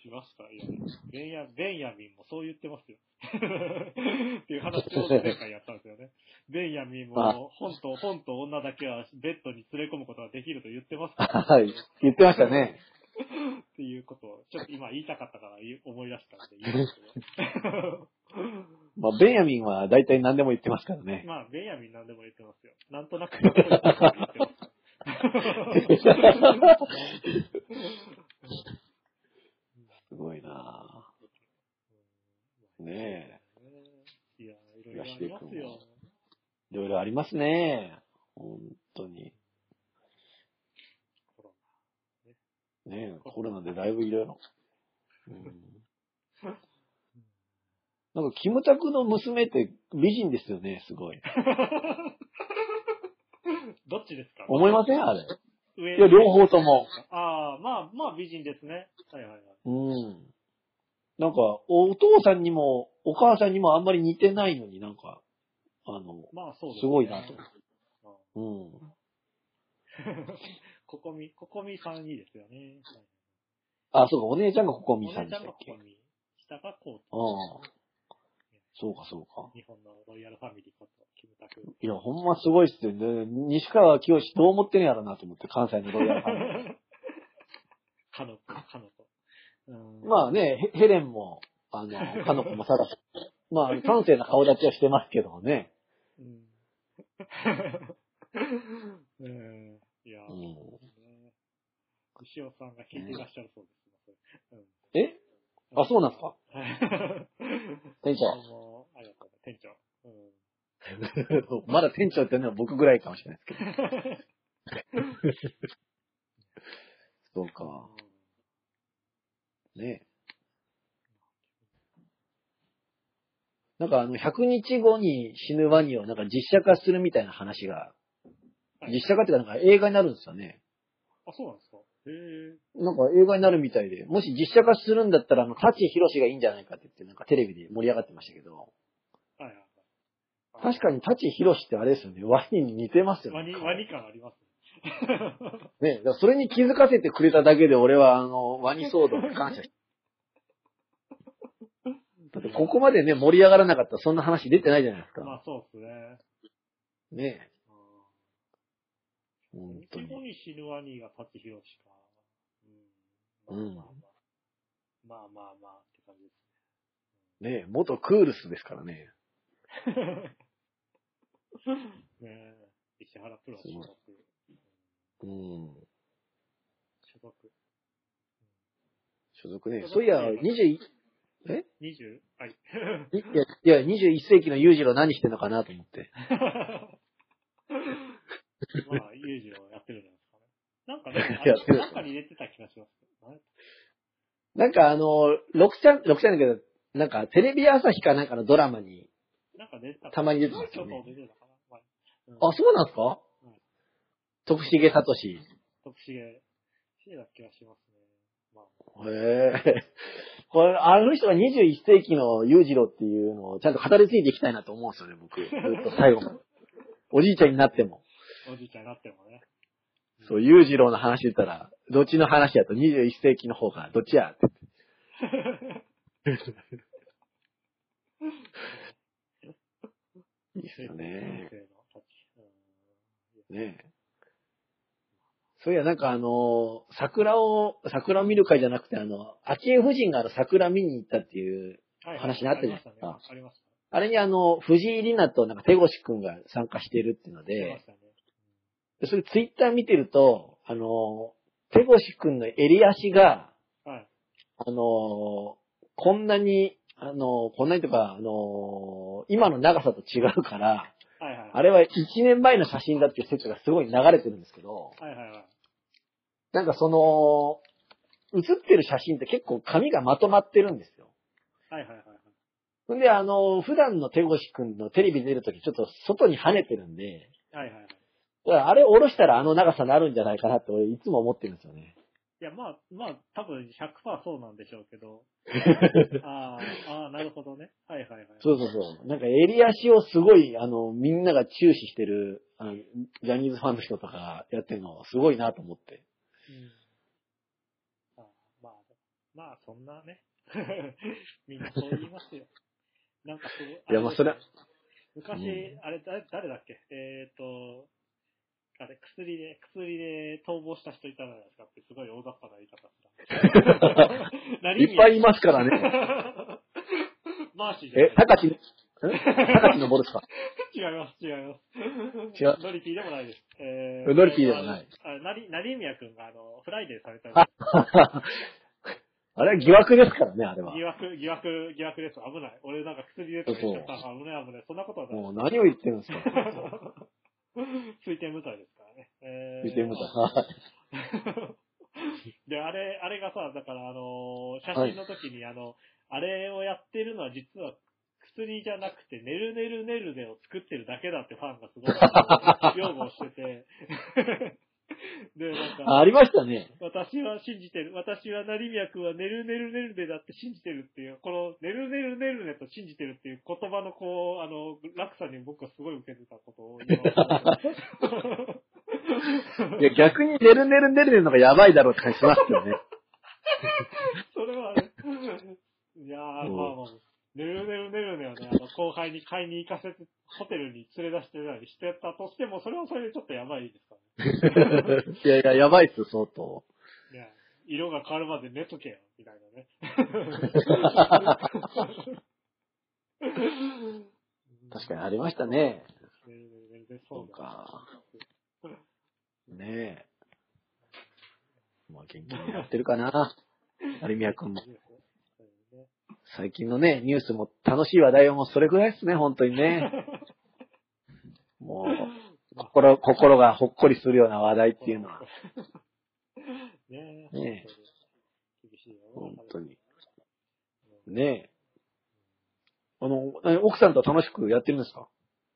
しますかいや、ベンヤ、ベンヤミンもそう言ってますよ。 っていう話を前回やったんですよね。ベンヤミンあも、本と、本と女だけはベッドに連れ込むことができると言ってますから はい。言ってましたね。っていうことを、ちょっと今言いたかったから言う思い出したんで言いますけ ど。まあ、ベンヤミンは大体何でも言ってますから ね。まあ、ベンヤミン何でも言ってますよ。なんとな く言ってます。すごいなぁ。ねいや、いろいろありますよ。え。いろいろありますね。本当に。コロねえ、コロナでだいぶいろいろ。うんなんか、キムタクの娘って美人ですよね、すごい。ナ どっちですか思いませんあれ。い上や、両方とも。ああ、まあ、まあ美人ですね。はいはいはい。うん。なんか、お父さんにも、お母さんにもあんまり似てないのになんか、あの、まあそうです、ね。すごいなとうん。うん。 ここみ、ここみさんいいですよね。はいあ、そうか、お姉ちゃんがココおミさん姉でちゃしんがたっこけ。こみ、下がこう、ああ。そうか、そうか。日本のロイヤルファミリーこと、キムタク。いや、ほんますごいっすよね。西川清どう思ってんやろなと思って、関西のロイヤルファミ リかのこ、かのこ。うんー。まあね、ヘヘレンも、あの、かのこもさだし、まあ、関西の顔立ちはしてますけどね。うん。 うん。いや、うねん。牛尾さんが聞いていらっしゃるそうです。えあ、そうなんですかはい店ど長。うも、ありがとうございます。店長。うんまだ店長って のは僕ぐらいかもしれないですけど。そうか。ねなんかあの、100日後に死ぬワニをなんか実写化するみたいな話が、はい実写化っていうかなんか映画になるんですよね。あ、そうなんですかへえ。なんか映画になるみたいで、もし実写化するんだったら、あの、舘ひろしがいいんじゃないかって言って、なんかテレビで盛り上がってましたけど、はいはいはい。確かに舘ひろしってあれですよね、ワニに似てますよね。ワニ、顔ワニ感ありますね、だからそれに気づかせてくれただけで俺は、あの、ワニ騒動に感謝しだってここまでね、盛り上がらなかったらそんな話出てないじゃないですまか。あそうですね。ねうん本当日本に。に死ぬワニが舘ひろしか。うんまあまあまあ、まあまあまあって感じね元クールスですからね。 ですね。ねえ。石原プロ所属。うん。所属。所属ね。そういや、21、 20? はい。いや、いや21世紀の裕次郎何してんのかなと思って。まあ、ユージをやってるんじゃないですかね。な やんかね、なってるんかに入れてた気がします。なんなんかあの、六ちゃん、六ちゃんだけど、なんかテレビ朝日かなんかのドラマに、なんか出てた。たまに出てますよねちょっと出てたかな。まあ、うんあ、そうなんですかうん徳重聡。へ徳重、重な気がしますね。まあ、え。 これ、あの人が21世紀の裕次郎っていうのをちゃんと語り継いでいきたいなと思うんですよね、僕。ずっと最後まで。おじいちゃんになっても。おじいちゃんになってもね。そう、裕次郎の話言ったら、どっちの話やと21世紀の方が、どっちやって。いいですよ人ね。生の価値うんねえ。そういや、なんかあの、桜を、桜を見る会じゃなくて、あの、昭恵夫人があの桜見に行ったっていう、はいはい話になってるじゃないですかありましたね。あれにあの、藤井里奈となんか手越くんが参加してるっていうのありまでし、たね。それツイッター見てると、あの、手越くんの襟足が、はい。あのーこんなに、あのーこんなにとか、あのー今の長さと違うから、はいはい。あれは1年前の写真だっていう説がすごい流れてるんですけど、はいはいはい。なんかその、写ってる写真って結構紙がまとまってるんですよ。はいはいはいはい。んで、あのー普段の手越くんのテレビ出るときちょっと外に跳ねてるんで、はいはいはい。だからあれ下ろしたらあの長さになるんじゃないかなって俺いつも思ってるんですよね。いや、まあ、まあ、多分100%そうなんでしょうけ ど。ああ、ああ、なるほどね。はいはいはい。そうそうそう。なんか襟足をすごい、あの、みんなが注視してる、に、ジャニーズファンの人とかやってるのすごいなと思って。うんあまあ、まあ、そんなね。 みんなそう言いますよ。なんかそう、いやまあそれは昔、うあれ、誰誰だっけえっ、と、あれ、薬で、薬で逃亡した人いたじゃないですかって、すごい大雑把な言い方した。 何 いっぱいいますからね。 マーシーじゃないえ、高 知、ん高知のボルですか 違います、違います。違うノリピーでもないです。えノリピーではない。あなり、なりみやくんが、あの、フライデーされたああれは疑惑ですからね、あれは。疑惑、疑惑、疑惑です。危ない。俺なんか薬入れてめっちゃった。危ない、危ない。そんなことはない。もう何を言ってるんですか 推定無罪ですからね。えー見てみた。はい。 で、あれ、あれがさ、だからあのー、写真の時にあの、あれをやってるのは実は薬じゃなくて、ねるねるねるねを作ってるだけだってファンがすごい擁護してて。で、なんか、あありましたね。私は信じてる。私は成宮君は寝る寝る寝るねだって信じてるっていう、この寝る寝る寝るねと信じてるっていう言葉のこう、あの、落差に僕はすごい受けてたことを今思ういや、逆にねるねるねるねのがやばいだろうって感じしますけどね。それはね、 いやー、まあまあ、寝る寝る寝るねはね、あの、後輩に買いに行かせて、ホテルに連れ出してたりしてたとしても、それはそれでちょっとやばいですからね。 いやいや、やばいっす、相当。いや、色が変わるまで寝とけよ、みたいなね。確かにありましたねね。ねねねそうだか。ねえ。まあ、元気にやってるか な。有宮くんも。そうね最近のね、ニュースも楽しい話題はもうそれぐらいですね、本当にね。もう、心、心がほっこりするような話題っていうのは。 ねえ。ね厳しいよ。本当に。ねえ。あの、え奥さんとは楽しくやってるんですか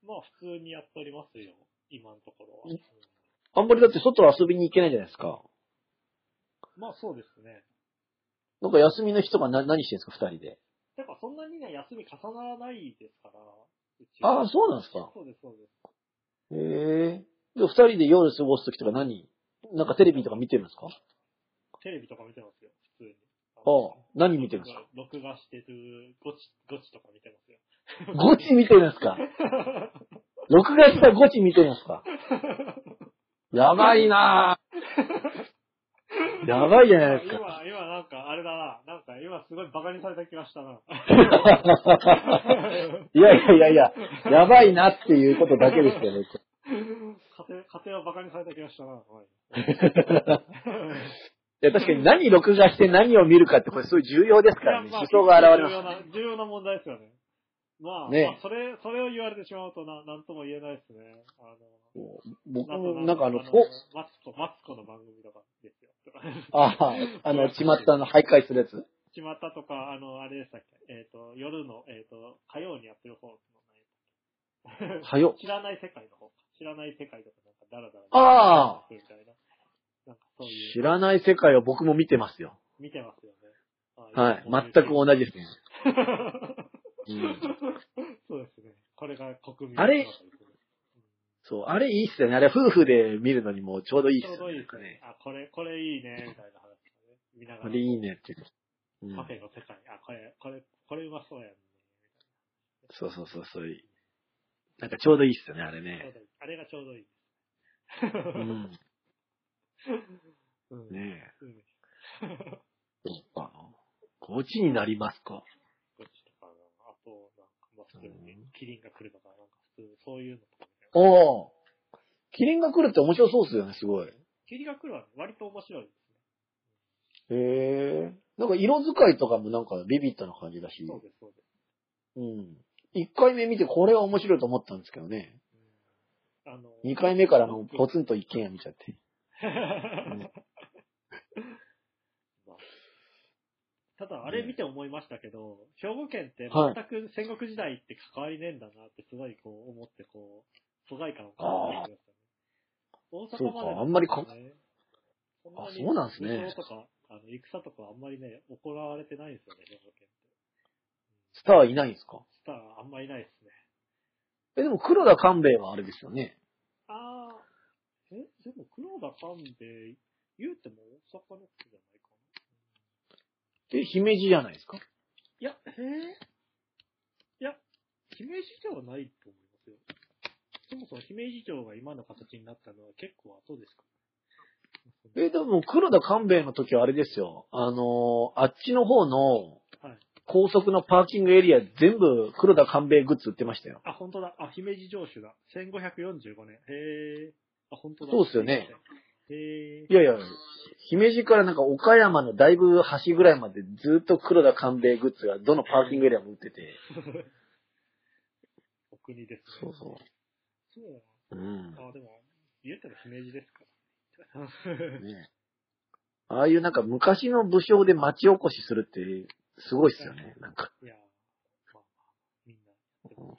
まあ、普通にやっておりますよ。今のところは。ねあんまりだって外遊びに行けないじゃないですか。まあ、そうですね。なんか休みの日とかな何してるんですか、二人で。やっぱそんなにね、休み重ならないですから。うちはああ、そうなんですか。そうです、そうです。へえ。で、二人で夜過ごすときとか何なんかテレビとか見てるんですかテレビとか見てますよ、普通に。あああ、何見てるんですか録画してる、ゴチ、ゴチとか見てますよ。ゴチ見てるんですか録画したゴチ見てるんですかやばいなぁ。 やばいじゃないですか。今、今なんか、あれだな。なんか、今すごいバカにされた気がしたな。 いやいやいやいや、やばいなっていうことだけですよ、僕。家庭、家庭はバカにされた気がしたな。はいいや、確かに何録画して何を見るかって、これすごい重要ですからね。いやまあ思想が現れます。重要な、重要な問題ですよね。まあ、ねまあそれ、それを言われてしまうとな、なんとも言えないですね。あの、僕あとも、なんかあの、マツこうコ、マツコの番組とかですよ。 ああ、あの、ちまったの徘徊するやつ。ちまたとか、あの、あれでしたっけ、えっ、と、夜の、えっ、と、火曜にやってる方の、ね、はよ。 知らない世界の方か。知らない世界とか、なんかダラダラ。ああみたいな。なんかそうい知う、らない世界を僕も見てますよ。見てますよね。はい。全く同じですね。 うんそうですね。これが国民あれそう、あれいいっすよね。あれ夫婦で見るのにもちょうどいいっちすょうどよいいね。ですね。あ、これ、これいいね、みたいな話だね。見ながあら。れいいねって。うんカフェの世界。あ、これ、これ、これうまそうやんね。そうそうそう、そういう。なんかちょうどいいっすよね、あれちょうね。どいいあれがちょうどいい。うん。 うんねえ。うんそうか。ゴチになりますこか。っちとかな、あと、なんか、まあ普通うにん、キリンが来るとか、なんか普通、そういうのとかね。おお。キリンが来るって面白そうっすよね、すごい。へキリンが来るはね割と面白いですえ。なんか色使いとかもなんかビビッドな感じだしね。。そうです、そうです。うん。1回目見てこれは面白いと思ったんですけどね。うんあの、 2回目からもうポツンと一軒家見ちゃって。 まあただ、あれ見て思いましたけど、兵庫県ってはい全く戦国時代って関わりねえんだなってすごいこう思って、こう、疎外感を感じてましたね。大阪までだとそうねかあんまりかそんなにあそうなんすね戦争とか、あの、戦とかあんまりね、行われてないんですよね、兵庫県って。スターいないんですかスターあんまいないですね。え、でも黒田官兵衛はあれですよね。あえ、でも黒田勘兵衛、言うても大阪の人じゃないかな。で、姫路じゃないですかいや、へえ。いや、姫路城はないと思いますよ。そもそも姫路城が今の形になったのは結構後ですから。え、でも黒田勘兵衛の時はあれですよ。あのーあっちの方のはい、高速のパーキングエリア全部黒田勘兵衛グッズ売ってましたよ。あ、本当だ。あ、姫路城主だ。1545年。へえ。あ、本当だ。そうっすよね。へえい。やいや、姫路からなんか岡山のだいぶ端ぐらいまでずっと黒田官兵衛グッズがどのパーキングエリアも売ってて。お国ですそねう。そそうう。うん。なのあ、でも、言えたら姫路です から。ねああいうなんか昔の武将で町おこしするってすごいっすよね。なんか、いやー、まあまあ、みんな。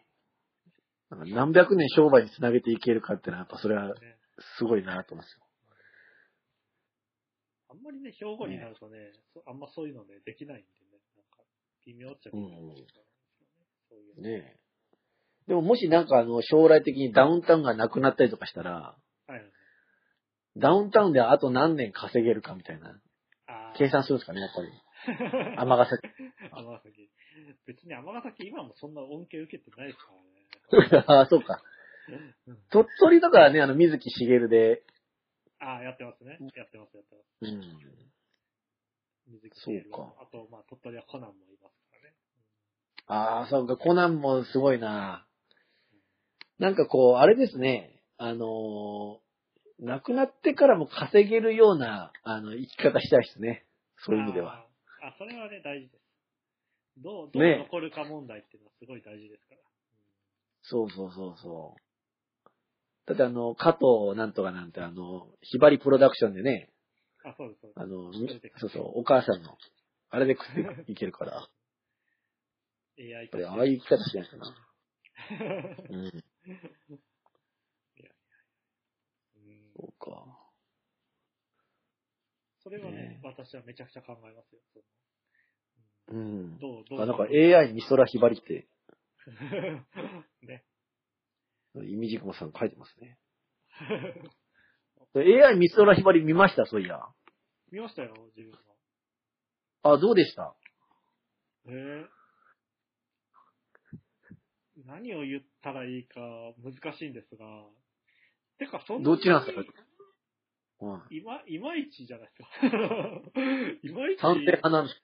なんか何百年商売につなげていけるかってのはやっぱそれはね、すごいなと思いますよ。あんまりね、兵庫になるとね、そあんまそういうのね、できないんでね、なんか、微妙っちゃ微妙なんですよね。そういうの。ねえ。でももしなんかあの将来的にダウンタウンがなくなったりとかしたら、はいはい。ダウンタウンであと何年稼げるかみたいな、あー計算するんですかね、やっぱり。甘が崎。 尼崎。別に尼崎今もそんな恩恵受けてないですからね。 ああ、そうか。うん鳥取とかはね、あの、水木しげるで、ああ、やってますね。やってます、やってます。うん。水木しげるそうかあと、まあ、鳥取はコナンもいますからね。ああ、そうか、コナンもすごいな。なんかこう、あれですね、あのー亡くなってからも稼げるような、あの、生き方したいですね。そういう意味であは。ー。あ、それはね、大事です。どう、どうね残るか問題っていうのはすごい大事ですから。そうそうそうそう。だってあの、加藤なんとかなんて、あの、ひばりプロダクションでね、あ、そうです、そうです。あの、それでそうそう、お母さんの、あれで食っていけるから、やっ AI ぱとりしてああいう生き方しないかな。うん。 うんそうか。それはねね、私はめちゃくちゃ考えますよ。そのうん。どう、どう。あなんか AI 美空ひばりって、 ね。イミジクモさん書いてますね。AI 美空ひばり見ました、そういや。見ましたよ、自分の。あ、どうでしたええ何を言ったらいいか難しいんですが、てか、そんどっちなんですかうん。いま、いまいちじゃないですか。 いまいち。賛成派なんです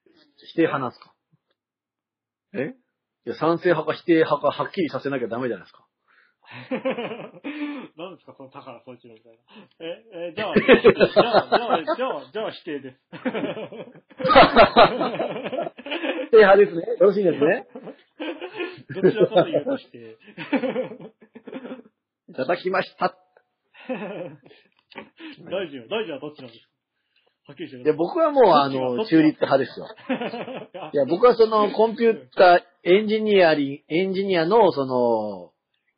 否定派なんですかえいや、賛成派か否定派かはっきりさせなきゃダメじゃないですか。 何ですか、その宝そ一郎みたいな。え、え、じゃあ、じゃあ、じゃあ、じゃあ、じゃあ否定です。 否定派ですね。よろしいですね。 どちらかというと否定。いただきました。大臣は、大臣はどっちなんですかはっきりしていや、僕はもう、あの、中立派ですよ。あいや、僕はその、コンピューター、エンジニアリ、エンジニアの、その、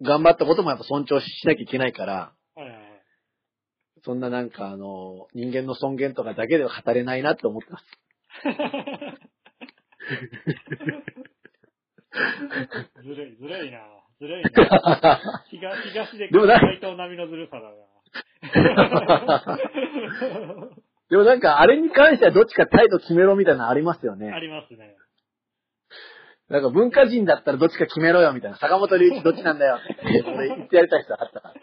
頑張ったこともやっぱ尊重しなきゃいけないから、 はいはいはいそんななんか、あの、人間の尊厳とかだけでは語れないなって思ってます。ずるい、ずるいな。ずるいな。東東ででもな回答並みのずるさだ な。でもなんか、あれに関してはどっちか態度決めろみたいなのありますよあね。りますね。なんか、文化人だったらどっちか決めろよみたいな。坂本龍一どっちなんだよって、俺言ってやりたい人あったから。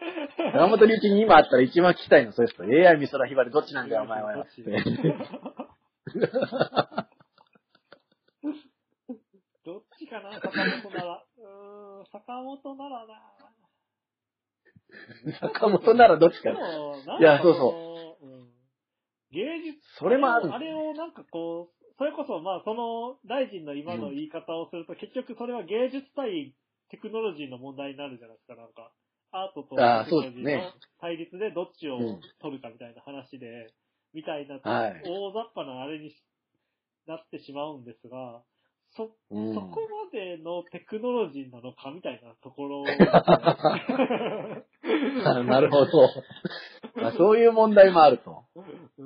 坂本龍一に今あったら一番聞きたいの、そういう人。AI 美空ひばりどっちなんだよ、お前はよ。って どっちかな坂本なら。うーん、坂本ならな。坂本ならどっちかで。も、なんかいやそうう。うん、芸術それもあるんだあれをなんかこう、それこそまあその大臣の今の言い方をすると、結局それは芸術対テクノロジーの問題になるじゃないですか、なんか。アートとあーテクノロジそうーですのね対立でどっちをうん取るかみたいな話で、みたいな、はい大雑把なあれにしなってしまうんですが、そ、うんそこまでのテクノロジーなのかみたいなところを、 あなる ほど。まあ、そういう問題もあると。うー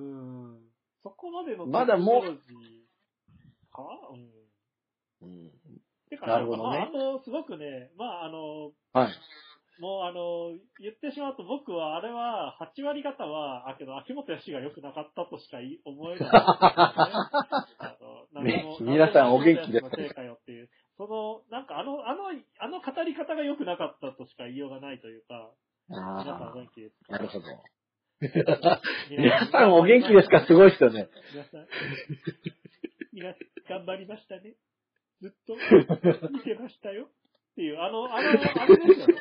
んそこまでのまだもうテクノロジーかうん。てか、なるほどまねあ、あの、すごくね、まあ、あの、はい。もうあの、言ってしまうと僕は、あれは、8割方は、あ、けど、秋元康が良くなかったとしかい思え ない、あのなねんかもう皆さんお元気です秋元康のせいかよっていう。その、なんかあの、あの、あの語り方が良くなかったとしか言いようがないというか、皆さんおあ元気ですあ、なかるほど。皆さんお元気ですかすごいです よね。皆さん、皆さん、頑張りましたね。ずっと、 見てましたよ。っていう、あの、あの、あれ ですよね。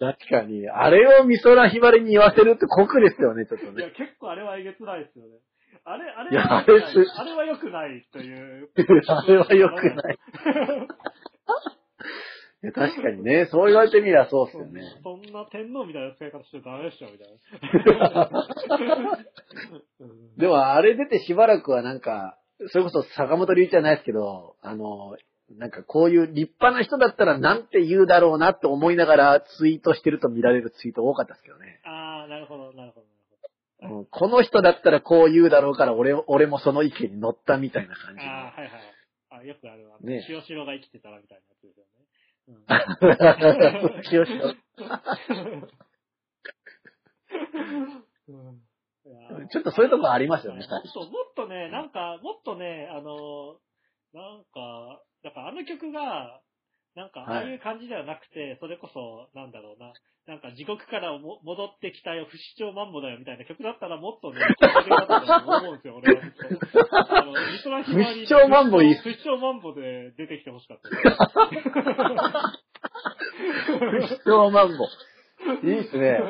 確かに。あれを美空ひばりに言わせるって酷ですよね、ちょっといやね。、結構あれはえげつないですよね。あれ、あいれやは良くないあれすあれは良くないという。あれは良 くない。いや確かにね、そう言われてみればそうですよね。そんな天皇みたいな使い方しちゃダメでしょ、みたい な。うんでもあれ出てしばらくはなんか、それこそ坂本龍一じゃないですけど、あの、なんかこういう立派な人だったらなんて言うだろうなって思いながらツイートしてると見られるツイート多かったですけどね。あー、なるほど、なるほど。うんこの人だったらこう言うだろうから俺、俺もその意見に乗ったみたいな感じの。ああ、はいはい。あよくあるわ。ね塩城が生きてたらみたいなやつですよね。うん清志郎 うんいやー ちょっとそういうとこありますよね。もっと、もっとね、なんか、もっとね、あの、なんか、だからあの曲が、なんか、あはいあいう感じではなくて、それこそ、なんだろうな、なんか地獄からも戻ってきたよ、不死鳥マンボだよ、みたいな曲だったらもっと ね、聴いてよかったと思うんですよ、俺は。あの美空ひばり不死鳥マンボいいっす不死鳥マンボで出てきてほしかった。不死鳥マンボ。 いいっ すね。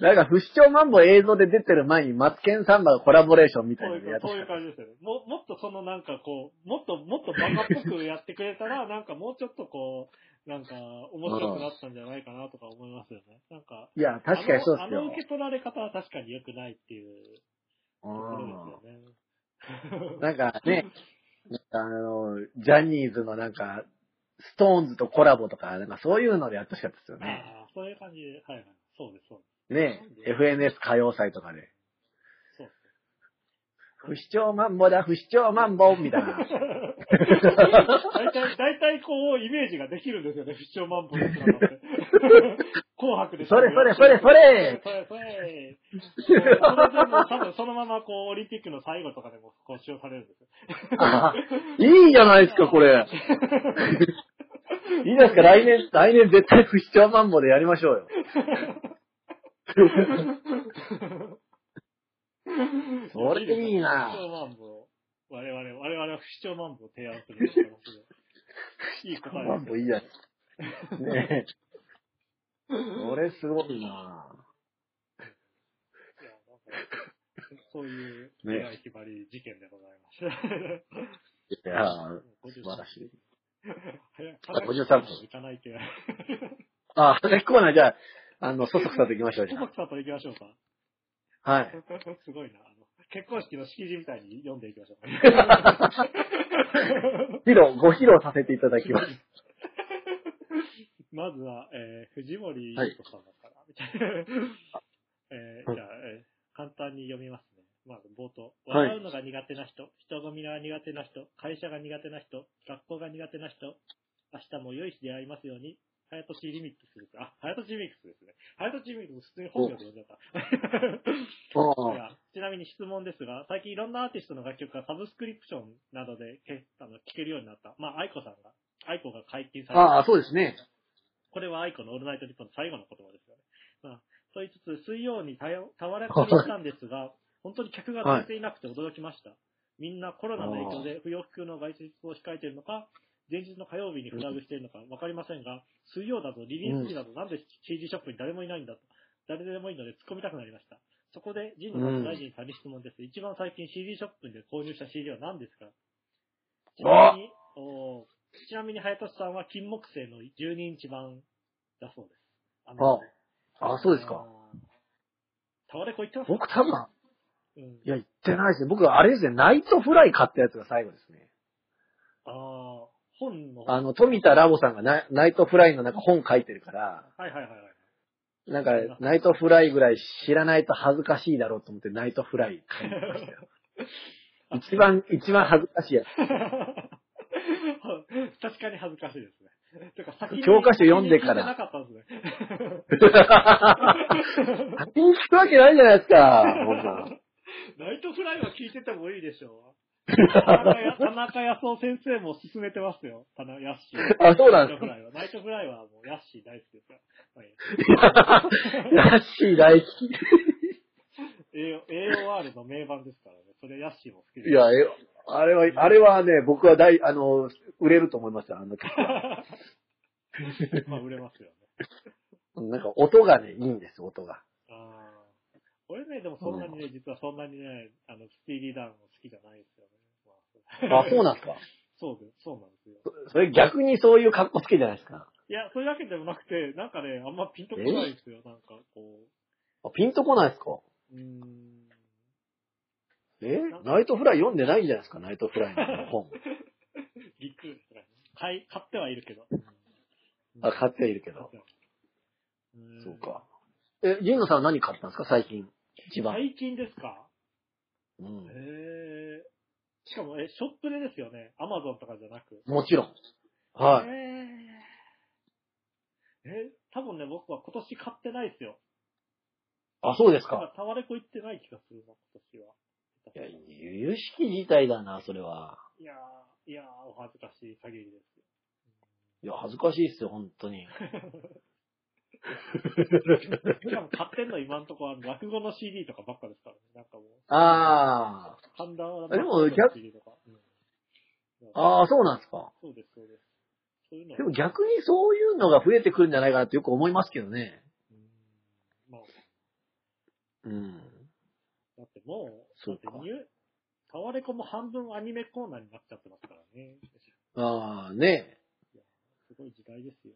なんか不死鳥マンボ映像で出てる前にマツケンサンバのコラボレーションみたいそうないのやうっそてういう感じですよね。ももっとそのなんかこう、もっともっとバカっぽくやってくれた ら、なんかもうちょっとこう、なんか面白くなったんじゃないかなとか思いますよね。なんか、いや、確かにそうであすのあよの。受け取られ方は確かに良くないっていううところんですよ ね。なんかね、あの、ジャニーズのなんか、ストーンズとコラボとか、なんかそういうのでやってほしかったですよね。ああ、そういう感じで、はいはい。そうです、そうでね、FNS 歌謡祭とかで。す。そうです。不死鳥マンボだ、不死鳥マンボみたいな。大体、大体こう、イメージができるんですよね、不死鳥マンボの姿って。紅白でそれそれそれそそれれそれそれでもう多分そのままこう、オリンピックの最後とかでもこう使用されるんですよ。あいいじゃないですか、これ。いいですか、来年、来年絶対不死鳥マンボでやりましょうよ。それいいな不死鳥マンボを。我々、我々は不死鳥マンボを提案するって話で。いい答えマンですボいいじゃない。ねえ。それすごいやないなんかそういう、ねね、ひばり事件でございました。いやー素晴ら53しい。 53分。行かないけど。あ、結構な、じゃあ、あの、そそくさと行きましょう、じゃ細くさと行きましょうか。あ。はい。すごいな。あの結婚式の式辞みたいに読んでいきましょう。披露、ご披露させていただきます。まずは、えー、藤森はい優子さんから、みたいな。 えーはいじゃあ、えー簡単に読みますね。まず冒頭。はい笑うのが苦手な人、人混みが苦手な人、会社が苦手な人、学校が苦手な人、明日も良い日で会いますように、早とちリミックスです。あ、早とちリミックスですね。早とちリミックス、普通に本名で読んじゃった。 おいーやちなみに質問ですが、最近いろんなアーティストの楽曲がサブスクリプションなどでけあの聴けるようになった。まあ、愛子さんが、愛子が解禁された。ああ、そうですね。これは愛子のオールナイトニッポンの最後の言葉ですよね。まあ、と言いつつ、水曜にたよ俵れ込みしたんですが、本当に客が出ていなくて驚きました。みんなコロナの影響で不要不急の外出を控えているのか、前日の火曜日にフラグしているのかわかりませんが、水曜だとリリース日だとなんで CD ショップに誰もいないんだと、誰でもいいので突っ込みたくなりました。そこで、神野さんと大臣さんに質問です。一番最近 CD ショップで購入した CD は何ですかちなみに、おーちなみに、早俊さんは金木犀の12インチ版だそうです。ああああ、そうですか。。タワレコ行ってますか僕多分、うんいや、行ってないですね。僕、あれですね、ナイトフライ買ったやつが最後ですね。ああ、本の。あはいの、富田ラボさんがナナイトフライのなんか本書いてるから、はいはいはい。なんか、ナイトフライぐらい知らないと恥ずかしいだろうと思って、ナイトフライ買いましたよ。一番、一番恥ずかしいやつ。 確かに恥ずかしいですね。てか先に教科書読んでから先に聞いてなかったん ですね。先に聞くわけないじゃないですか、こんなん ナイトフライは聞いててもいいでし ょう田中や田中康夫先生も勧めてますよ。田中康夫。あ、そうなナんイでトフすか。ライは。ナイトフライはもうヤッシー大好きですから。まあいい ヤッシー大好や AO- AOR の名盤ですからね。それヤッシーも好きでき。す。いや、え、あれは、あれはね、僕は大、あの、売れると思いました、あ の曲は。 まあ売れますよね。なんか音がね、いいんです、音が。あー俺ね、でもそんなにね、実はそんなにね、あの、スピーディーダウンも好きじゃないですよね。まあ、そうなんですか。 そうです、そうなんですよ。それ逆にそういう格好つけじゃないですか。いや、そういうわけでもなくて、なんかね、あんまピンとこないですよ。なんかこあピンとこないですかう、うーん。えナイトフライ読んでないんじゃないですか、ナイトフライの本。びっくりですね。買い、買ってはいるけど。あ、買ってはいるけど。うんそうか。。え、ジンノさんは何買ったんですか、最近。一番。最近ですかうんへえ。しかも、え、ショップでですよね。アマゾンとかじゃなく。もちろん。はい。えーえ、多分ね、僕は今年買ってないですよ。あ、そうですだかか。らタワレコ行ってない気がするな、今年は。いや、有識事態だな、それは。いやー、いやー、お恥ずかしい限りですよ。いや、恥ずかしいっすよ、本当 に。しかも買ってんの今んとこは落語の CD とかばっかですからね。なんかもう。あ神田はでも落語の CD とか。うんあ、ああ、そうなんですか。そうです、そうです。そういうのはでも逆にそういうのが増えてくるんじゃないかなってよく思いますけどね。うんまあ、うん。だってもう、そうかだってニュータワレコも半分アニメコーナーになっちゃってますからね。ああ、ねすごい時代ですよ。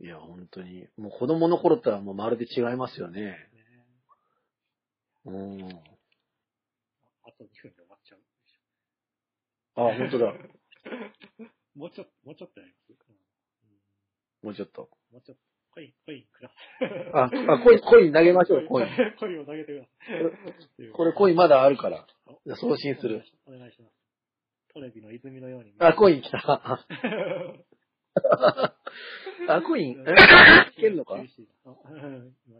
いや、本当に。もう子供の頃とはもうまるで違いますよね。ねうん。あと2分で終わっちゃう。ああ、本当だ。もうちょっと、もうちょっとやります。うんもうちょっと。もうちょっと。コイン、コインください。あ、あ、コイン、コイン投げましょう、コイン。 コインを投げてください。これコインまだあるから。ンじゃあ送信する。お願いします。トレビの泉のように。あ、コイン来た。 あ、コイン、え来てんのか厳しいな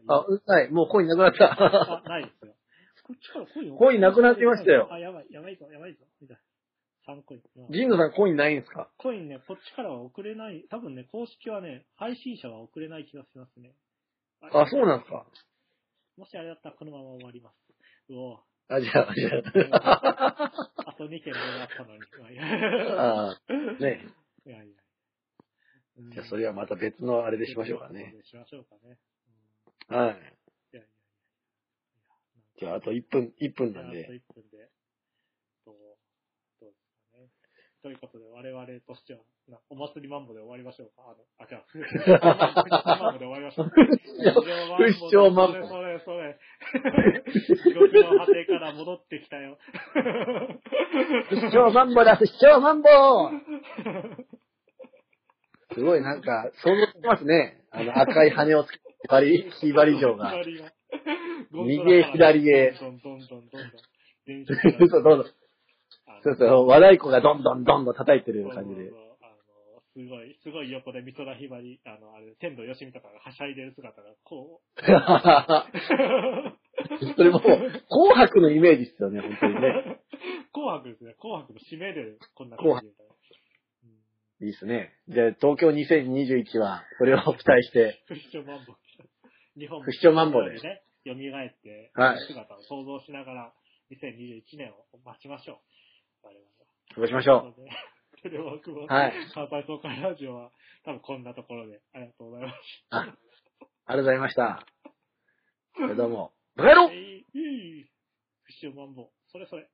あ、あ、うんない。もうコインなくなった。あないですよ。こっちからコインをコインなくなってましたよあ、やばい、やばいぞ、やばいぞ、みたいな。3コイン。まあジンノさんコインないんですかコインね、こっちからは送れない。多分ね、公式はね、配信者は送れない気がしますね。あ、そうなんですか。もしあれだったらこのまま終わります。う おあ、じゃあ、じあと2件もらったのに。いやゃ あ。あーねいやいや。うんじゃあ、それはまた別のあれでしましょうかね。。しましょうかね。うんはい。いやいやじゃあ、あと1分、1分じゃなあ、んあと1で。分で、どう、どうですかね。ということで、我々としては、なお祭りマンボで終わりましょうか。あの、あ、 じゃあ、不死マンボで終わりましょうか。不死鳥マンボそれそ れそれ。地獄の果てから戻ってきたよ。不調マンボだ、不調マンボすごい、なんか、想像してますね。あの、赤い羽をつけたひばり、ひばり城が。左が右へ左へどんどんどんどんどん。 電そ車うがそう、あのそうそう、和太鼓がどんどんどんどん叩いてるそうそう感じそうで。 あの、すごい、すごい横で美空ひばり、あの、あれ、天童よしみとかがはしゃいでる姿が、こう。それもう、紅白のイメージですよね、本当にね。 紅白ですね。紅白の締めで、こんな感紅じみたいな。うんいいですね。じゃあ、東京2021は、それを期待して、不死鳥マンボウ。日本も不死鳥マンボウでね、蘇って、はい姿を想像しながら、2021年を待ちましょう。我々は。過ごしましょう。ので、テレワークも、はい関西総会ラジオは、多分こんなところで、ありがとうございます。あ、ありがとうございました。それどうも。バカ野郎えい、えい、不死鳥マンボウ。それそれ。